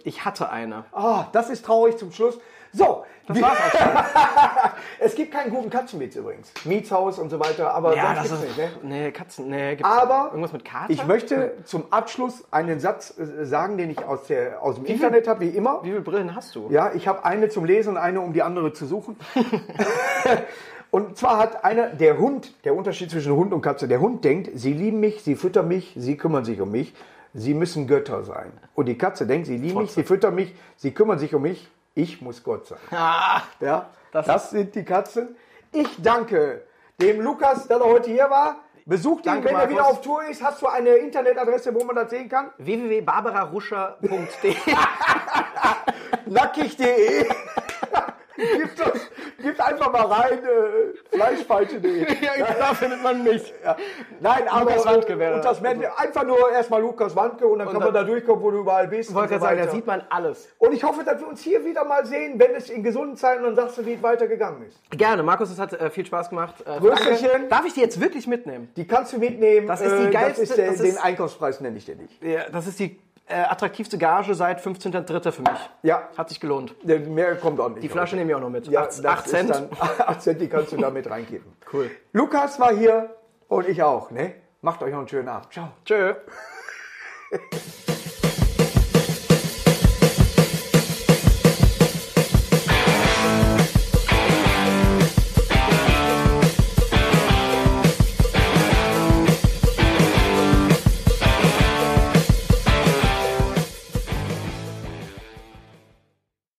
[SPEAKER 2] Ich hatte eine.
[SPEAKER 1] Ah, das ist traurig zum Schluss. So, das war's auch schon. es gibt keinen guten Katzenmietz übrigens. Mietshaus und so weiter, aber sonst gibt's nicht, ne?
[SPEAKER 2] Nee, Katzen. Nee, gibt's
[SPEAKER 1] Aber
[SPEAKER 2] irgendwas mit Kater?
[SPEAKER 1] Ich möchte zum Abschluss einen Satz äh, sagen, den ich aus, der, aus dem Internet habe, wie immer.
[SPEAKER 2] Wie viele Brillen hast du?
[SPEAKER 1] Ja, ich habe eine zum Lesen und eine, um die andere zu suchen. und zwar hat einer, der Hund, der Unterschied zwischen Hund und Katze, der Hund denkt, sie lieben mich, sie füttern mich, sie kümmern sich um mich, sie müssen Götter sein. Und die Katze denkt, sie lieben mich, sie füttern mich, sie kümmern sich um mich, ich muss Gott sein.
[SPEAKER 2] Ah,
[SPEAKER 1] Ja,
[SPEAKER 2] Das-
[SPEAKER 1] das, sind die Katzen. Ich danke dem Lukas, dass er heute hier war. Besucht ihn,
[SPEAKER 2] Danke,
[SPEAKER 1] wenn er
[SPEAKER 2] Markus.
[SPEAKER 1] wieder auf Tour ist. Hast du eine Internetadresse, wo man das sehen kann?
[SPEAKER 2] www.barbararuscher.de
[SPEAKER 1] Nackig.de. gibt, das, gibt einfach mal rein, äh, Fleischpeitsche.de. genau,
[SPEAKER 2] Da findet man mich.
[SPEAKER 1] Nein, aber
[SPEAKER 2] Lukas Wandke
[SPEAKER 1] äh,
[SPEAKER 2] wäre-
[SPEAKER 1] und das Männchen, einfach nur erstmal Lukas Wandke und dann kann
[SPEAKER 2] dann-
[SPEAKER 1] man da durchkommen, wo du überall bist.
[SPEAKER 2] Ich wollte
[SPEAKER 1] und
[SPEAKER 2] gerade
[SPEAKER 1] so
[SPEAKER 2] sagen, da
[SPEAKER 1] weiter.
[SPEAKER 2] sieht man alles.
[SPEAKER 1] Und ich hoffe, dass wir uns hier wieder mal sehen, wenn es in gesunden Zeiten, dann sagst du, wie es weitergegangen ist.
[SPEAKER 2] Gerne, Markus, es hat äh, viel Spaß gemacht. Äh,
[SPEAKER 1] Grüßerchen.
[SPEAKER 2] danke. Darf ich die jetzt wirklich mitnehmen?
[SPEAKER 1] Die kannst du mitnehmen. äh,
[SPEAKER 2] Das ist die geilste-
[SPEAKER 1] Das ist der,
[SPEAKER 2] das ist-
[SPEAKER 1] den Einkaufspreis nenne ich dir nicht.
[SPEAKER 2] Ja, das ist die äh, attraktivste Gage seit 15.03. für mich.
[SPEAKER 1] Ja,
[SPEAKER 2] Hat sich gelohnt.
[SPEAKER 1] Der- Mehr kommt auch nicht.
[SPEAKER 2] Die Flasche nehme ich auch noch mit.
[SPEAKER 1] ja,
[SPEAKER 2] Acht-
[SPEAKER 1] das
[SPEAKER 2] acht
[SPEAKER 1] ist
[SPEAKER 2] Cent.
[SPEAKER 1] Dann, 8 Cent, die kannst du damit reinkippen.
[SPEAKER 2] Cool.
[SPEAKER 1] Lukas war hier und ich auch. Ne? Macht euch noch einen schönen Abend. Ciao.
[SPEAKER 2] Tschö.